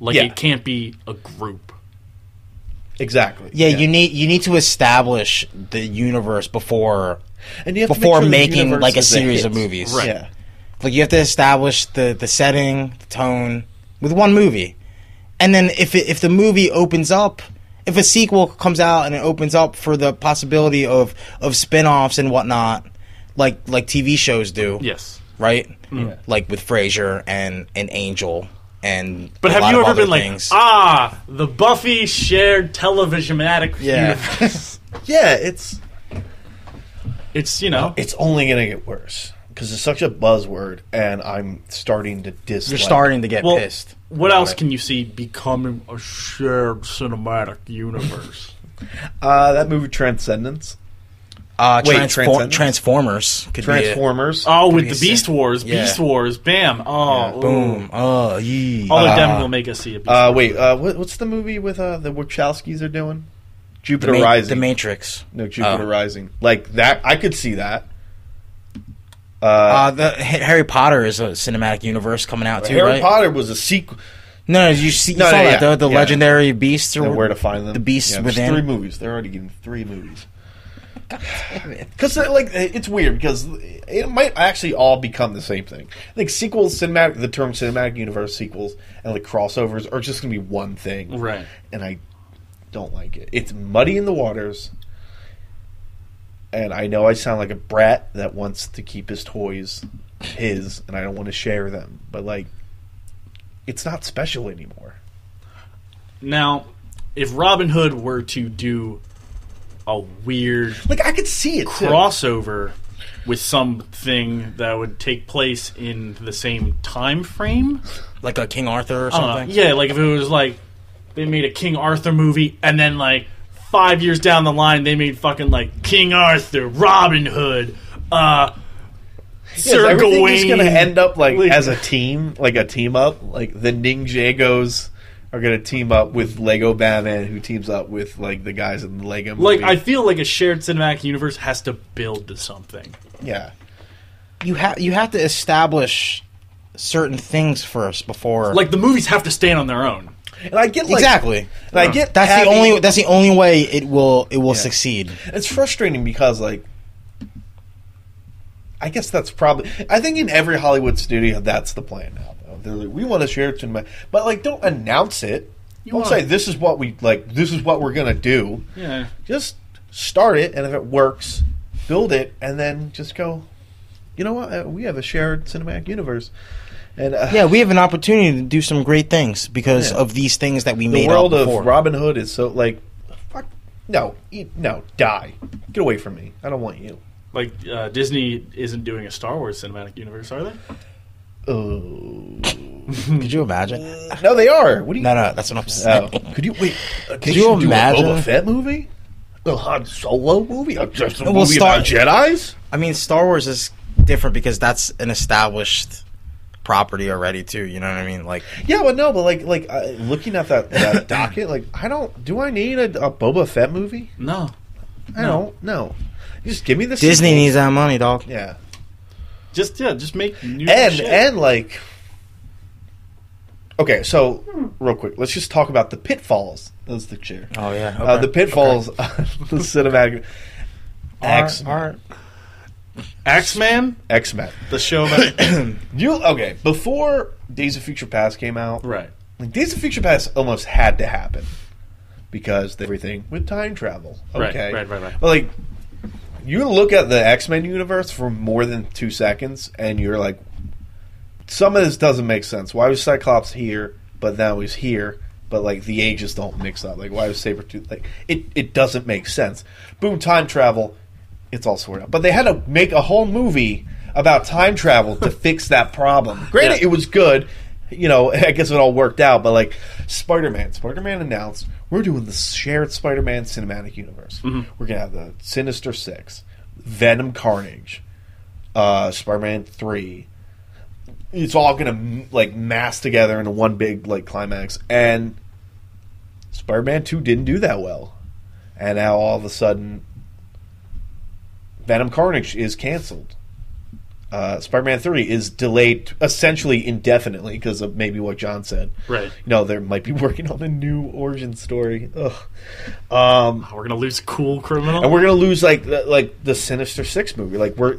Like
Yeah.
it can't be a group.
exactly.
Yeah, you need you need to establish the universe before
and you have to make
before
sure the
making
universe
like a
is
series of
hit.
movies.
Right.
Yeah.
Like you have to establish the the setting, the tone with one movie, and then if it, if the movie opens up, if a sequel comes out and it opens up for the possibility of of spin-offs and whatnot, like like TV shows do.
Yes.
Right. Like with Frasier and and Angel and
But
a
have
lot
you
of
ever
other
been like,
things.
ah, the Buffy shared television matic
Yeah. (laughs)
universe?
Yeah, it's
It's you know,
it's only gonna get worse because it's such a buzzword, and I'm starting to dislike.
you're starting to get
well,
pissed.
what else can you see becoming a shared cinematic
(laughs)
universe?
uh, that movie Transcendence,
Uh,
Wait,
Transfor-
Transcendence?
Transformers could
Transformers.
oh, with
Pretty
the Beast
sick.
Wars,
Yeah.
Beast Wars, bam! Oh,
be
ooh.
it. Boom. Oh, yeah.
Although Devin will make us see it.
Uh, wait, uh, what, what's the movie with uh, the Wachowskis are doing?
the,
Jupiter
Ma-
Rising.
the Matrix.
no, Jupiter
Oh.
Rising. Like that, I could see that. Uh,
Uh, the H- Harry Potter is a cinematic universe coming out too,
Harry
right?
Potter was a sequel.
No, no, you, see, you
No,
saw
no,
that
yeah,
the, the
yeah.
legendary beasts or
And where to find them?
The beasts
yeah, there's
within.
Three movies. They're already getting three
(laughs)
movies. Because uh, like it's weird because it might actually all become the same thing. Like sequels, cinematic, the term cinematic universe sequels and like crossovers are just gonna be one thing,
Right.
And I don't like it. It's muddy in the waters. And I know I sound like a brat that wants to keep his toys his, and I don't want to share them. But like, it's not special anymore.
Now, if Robin Hood were to do a
(laughs)
weird
Like I could see it too.
crossover with something that would take place in the same
(laughs)
time frame,
like a King Arthur or
I don't know.
something.
Yeah, like if it was like they made a King Arthur movie and then like five years down the line they made fucking like King Arthur, Robin Hood, uh
Yes,
Sir
everything is
Gawain.
going to end up like
Like-
as a team, like a team up. Like the Ninjagos are going to team up with Lego Batman, who teams up with like the guys in the Lego.
like
Movie.
I feel like a shared cinematic universe has to build to something.
yeah,
You have you have to establish certain things first before
Like the movies have to stand on their own.
and I get like,
exactly.
and I get
That's
having-
the only that's the only way it will it will succeed.
It's frustrating because like. I guess that's probably. I think in every Hollywood studio, that's the plan now. though. They're like, we want to share it to my, but like, don't announce it. don't
wanna-
say this is what we like. This is what we're gonna do.
Yeah.
just start it and if it works build it and then just go you know what Uh, we have a shared cinematic universe and uh,
Yeah, we have an opportunity to do some great things because
Yeah.
of these things that we
the
made
world
up
of
before.
robin hood is so like fuck no you- no die get away from me i don't want you
Like uh, Disney isn't doing a Star Wars cinematic universe, are they?
oh
Could you imagine?
no they are what do you
No, no, that's what I'm
Oh.
saying.
could you wait uh, they
you
should do a
imagine?
boba fett movie a Han Solo movie? A, just a
We'll
movie about
start-
Jedi's?
I mean, Star Wars is different because that's an established property already, too. You know what I mean? Like,
Yeah, but no, but like, like uh, looking at that, that (laughs) docket, like, I don't. Do I need a, a Boba Fett movie?
No.
I don't know. You Just give me the
Disney
sequel.
needs that money, dog.
Yeah,
Just yeah, just make new
and
shit.
and like, okay, so real quick, let's just talk about the pitfalls. That's the chair.
Oh yeah,
Uh, the pitfalls, of (laughs) the cinematic X
Axeman,
X Men.
the
(laughs)
show about
You okay? Before Days of Future Past came out,
Right.
Like Days of Future Past almost had to happen because everything with time travel.
Right,
Okay,
right, right, right.
But like, you look at the X Men universe for more than two seconds, and you're like, some of this doesn't make sense. Why was Cyclops here, but now he's here? But like the ages don't mix up. Like why was Sabretooth like it? It doesn't make sense. Boom, time travel. It's all sorted out. But they had to make a whole movie about time travel to fix that problem. Granted,
Yeah.
it was good. You know, (laughs) I guess it all worked out. But like Spider Man, Spider Man announced we're doing the shared Spider Man cinematic universe. We're gonna have the Sinister Six, Venom, Carnage, uh, Spider Man Three, it's all gonna like mass together into one big like climax. And Spider-Man Two didn't do that well, and now all of a sudden, Venom Carnage is canceled. Uh, Spider-Man Three is delayed essentially indefinitely because of maybe what John said.
Right.
You know, they might be (laughs) working on a new origin story. Ugh. Um,
We're gonna lose cool criminal.
and we're gonna lose like the, like the Sinister Six movie. Like we're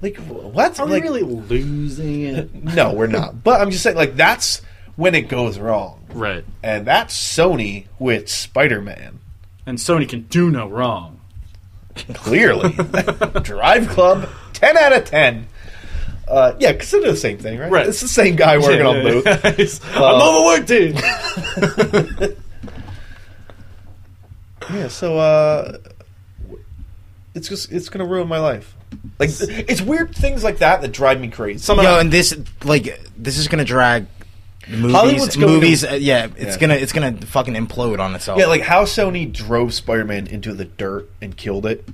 like what?
Are
like,
we really losing
(laughs)
it?
No, we're not. But I'm just saying, like that's when it goes wrong,
right.
and that's Sony with Spider Man.
And Sony can do no wrong.
Clearly, Drive Club, ten out of ten. Uh, yeah, because they're the same thing, right?
Right.
It's the same guy working on
(laughs)
both.
I'm
Uh,
overworked,
(laughs)
dude.
Yeah, so uh it's just it's gonna ruin my life. Like it's weird things like that that drive me crazy. Some of
Yo,
the-
and this like this is gonna drag movies.
Hollywood's going
movies,
to-
uh, yeah, it's
Yeah.
gonna it's gonna fucking implode on itself.
yeah, like how Sony drove Spider-Man into the dirt and killed it,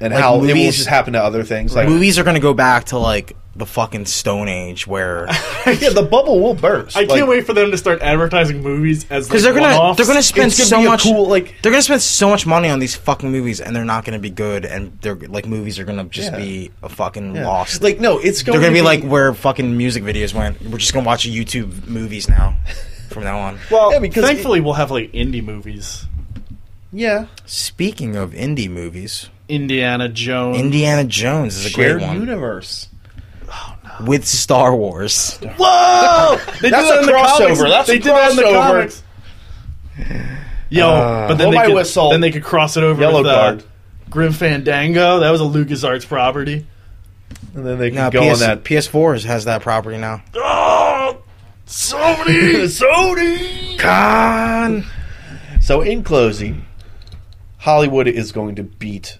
and
Like
how it will
movies-
just happen to other things. Like
movies are gonna go back to like the fucking Stone
(laughs)
Age where
yeah, the bubble will burst.
I can't wait for them to start advertising movies as because
because they're gonna they're gonna spend
It's gonna
so
be a
much
cool, like-
they're gonna spend so much money on these fucking movies and they're not gonna be good and they're like movies are gonna just
Yeah.
be a fucking
Yeah.
lost.
Like no, it's going.
they're gonna be like where fucking music videos went. We're just gonna watch YouTube movies now from now on.
Well,
Yeah, because
thankfully we'll have like indie movies.
yeah,
Speaking of indie movies,
Indiana Jones.
Indiana Jones is a
shared
great one
universe.
with Star Wars.
Whoa! (laughs) They
That's
did that
a
in the comics.
crossover. That's
they
a
did that in the
crossover.
comics. Yo,
Uh,
but then
blow
they
my
could
whistle.
then they could cross it over
Yellow
with uh,
card.
Grim Fandango. That was a LucasArts property.
And then they can
Now
go
PS,
on that.
PS4 has that property now.
Ah!
Oh,
(laughs)
Sony, Sony.
Con.
So in closing, Hollywood is going to beat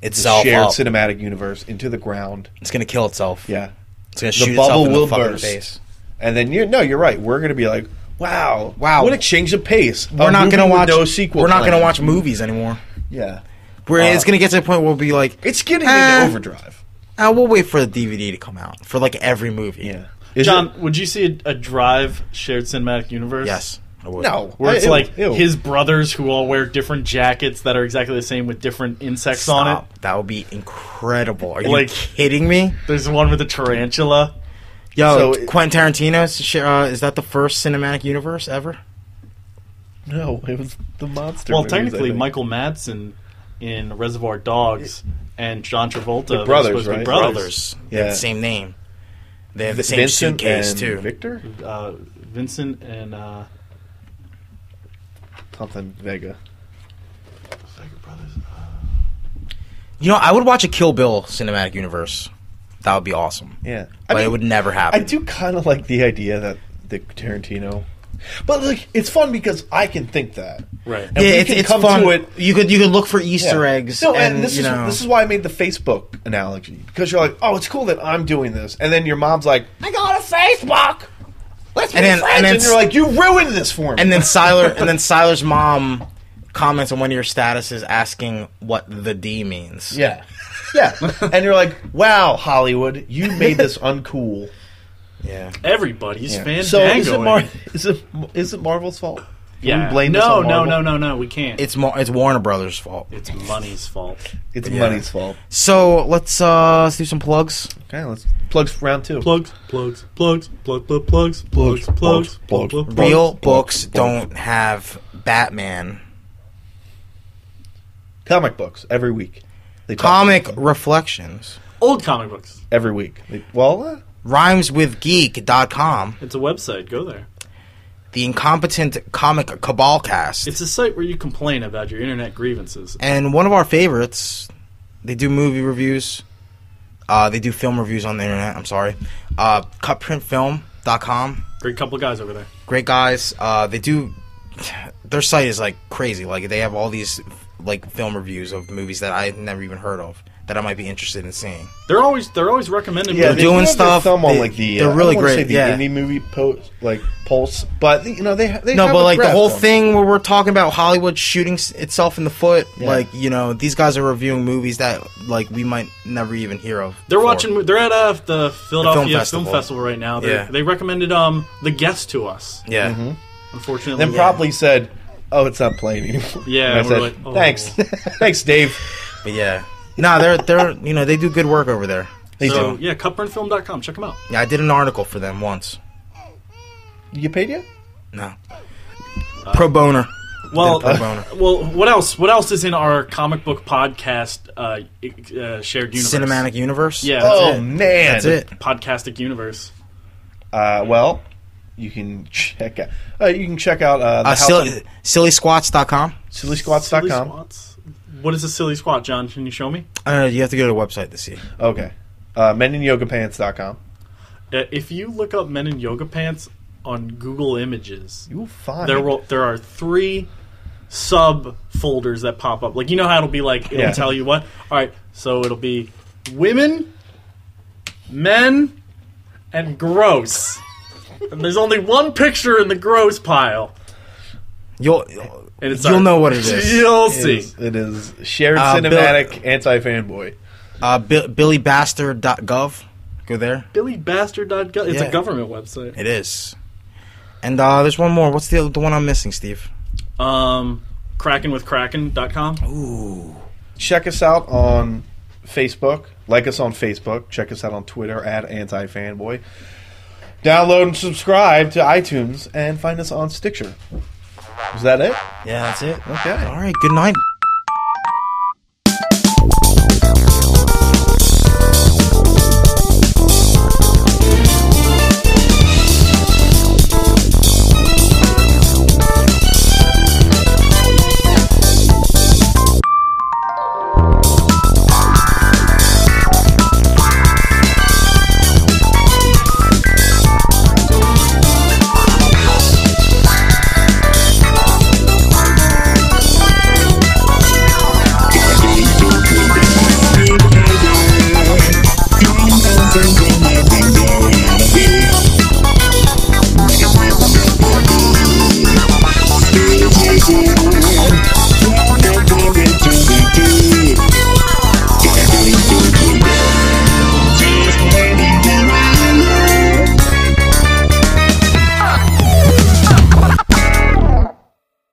the
Itself
shared
up.
cinematic universe into the ground.
It's gonna kill itself.
Yeah,
It's gonna shoot
bubble
itself in
will
the fucking
burst.
face.
And then you no, you're right. We're gonna be like, wow,
Wow.
what a change of pace.
We're
A
not
movie
gonna
with
watch.
no sequel.
we're not
planned.
gonna watch movies anymore.
Yeah,
Where
Uh,
it's gonna get to the point where we'll be like,
it's getting
Eh.
into overdrive.
oh, we'll wait for the DVD to come out for like every movie.
Yeah, Is
John,
it-
would you see a, a Drive shared cinematic universe?
Yes. I would.
no,
Where it's
Ew,
like
ew.
his brothers who all wear different jackets that are exactly the same with different insects on it.
Stop. That would be incredible. Are you
Like-
kidding me?
There's one with a tarantula.
Yo,
So-
Quentin Tarantino's sh- uh, is that the first cinematic universe ever?
No, it was the monster.
Well,
movies, I
technically,
think.
Michael Madsen in Reservoir Dogs and John Travolta
They're
they're
brothers,
supposed to be
right?
brothers.
They have
Yeah.
the same name. They have the same
Vincent
suitcase
and
too.
Victor
Uh, Vincent and uh,
something Vega.
You know, I would watch a Kill Bill cinematic universe. That would be awesome.
Yeah,
but it would never
I
happen.
do kind of like the idea that the Tarantino, but like it's fun because I can think that.
right.
And
yeah,
we
it's,
can
it's
come
fun.
to it-
You could you could look for Easter
Yeah.
eggs.
No,
and,
and, this
you
is
know,
this is why I made the Facebook analogy because you're like, oh, it's cool that I'm doing this, and then your mom's like, I got a Facebook. Let's be
And then-
friends,
and
and,
then
you're like, you ruined this for me. (laughs)
and then Siler and then Siler's mom comments on one of your statuses asking what the D means.
yeah, (laughs) yeah, and you're like, wow, Hollywood, you made this uncool.
yeah.
Everybody's
Yeah.
fandangoing.
So is it, Mar- is it is it Marvel's fault? Can
yeah.
we blame
no,
this on
no,
Marvel?
no, no, no. We can't.
It's more it's Warner Brothers' fault.
it's money's fault.
It's
Yeah.
money's fault.
So let's uh let's do some plugs.
Okay, let's plugs for round two.
Plugs, plugs, plugs, plug, plug, plugs, plugs,
plugs,
plugs,
plugs,
plugs,
plugs.
plugs.
Real
plugs,
books
plugs.
don't have Batman.
Comic books every week. They talk
Comic
about them.
reflections.
Old comic books.
every week. They- well, uh,
Rhymeswithgeek.com.
It's a website. Go there.
The incompetent comic cabal cast.
It's a site where you complain about your internet grievances.
and one of our favorites. They do movie reviews. Uh, they do film reviews on the internet. I'm sorry. Uh, cutprintfilm.com.
Great couple of guys over there.
Great guys. Uh, they do. Their site is like crazy. Like they have all these like film reviews of movies that I had never even heard of. that I might be interested in seeing.
They're always they're always recommending.
Yeah,
Yeah,
they're
they
doing
do have their
stuff.
Thumb on,
They-
like the,
they're
uh, I
really
don't wanna Say
great,
the
yeah.
indie movie po- like pulse, but you know they ha- they
No,
have
but
a
like the
grasp
whole
on it.
thing where we're talking about Hollywood shooting s- itself in the foot,
Yeah.
like you know, these guys are reviewing movies that like we might never even hear of.
they're
before.
watching. They're at uh, the Philadelphia Film,
Festival.
Festival. right now. They
Yeah.
They recommended um the guest to us.
Yeah,
Mm-hmm.
Unfortunately,
Then probably said, "Oh, it's not playing anymore."
Yeah,
(laughs) And I
we're
said,
like, "Oh."
"Thanks, (laughs) thanks, Dave."
but yeah, no, they're they're you know they do good work over there.
They
So
do.
yeah, cupburnfilm.com. Check them out.
Yeah, I did an article for them once.
You paid yet?
No, pro boner.
Uh, Well,
Pro boner.
well, what else? What else is in our comic book podcast uh, uh, shared universe?
Cinematic universe.
Yeah. That's
Oh
it.
man,
that's it.
Podcastic universe.
Uh, well, you can check out. Uh, you can check out uh, the
Uh,
house
silly, sillysquats.com.
silly, sillysquats.com.
Silly squats. What is a silly squat, John? Can you show me?
Uh, you have to go to the website to see.
Okay, uh, men in yoga pants.com.
Uh, if you look up men in yoga pants on Google Images,
You'll find
there will there are three sub folders that pop up. Like you know how it'll be like it'll
Yeah.
tell you what. All right, so it'll be women, men, and gross. and there's only one picture in the gross pile,
You'll
and it's
you'll
our-
know what it
(laughs)
is.
You'll
it
see.
is, it is shared
Uh, Bill-
cinematic anti fanboy.
Uh, Bi- BillyBastard.gov. Go there.
Billybastard.gov. It's
Yeah.
a government website.
It is. And uh, there's one more. What's the the one I'm missing, Steve?
Um, krakenwithkraken.com.
Ooh.
Check us out on Facebook. Like us on Facebook. Check us out on Twitter at anti fanboy. Download and subscribe to iTunes and find us on Stitcher. Is that it?
Yeah, that's it.
Okay.
All right. Good night.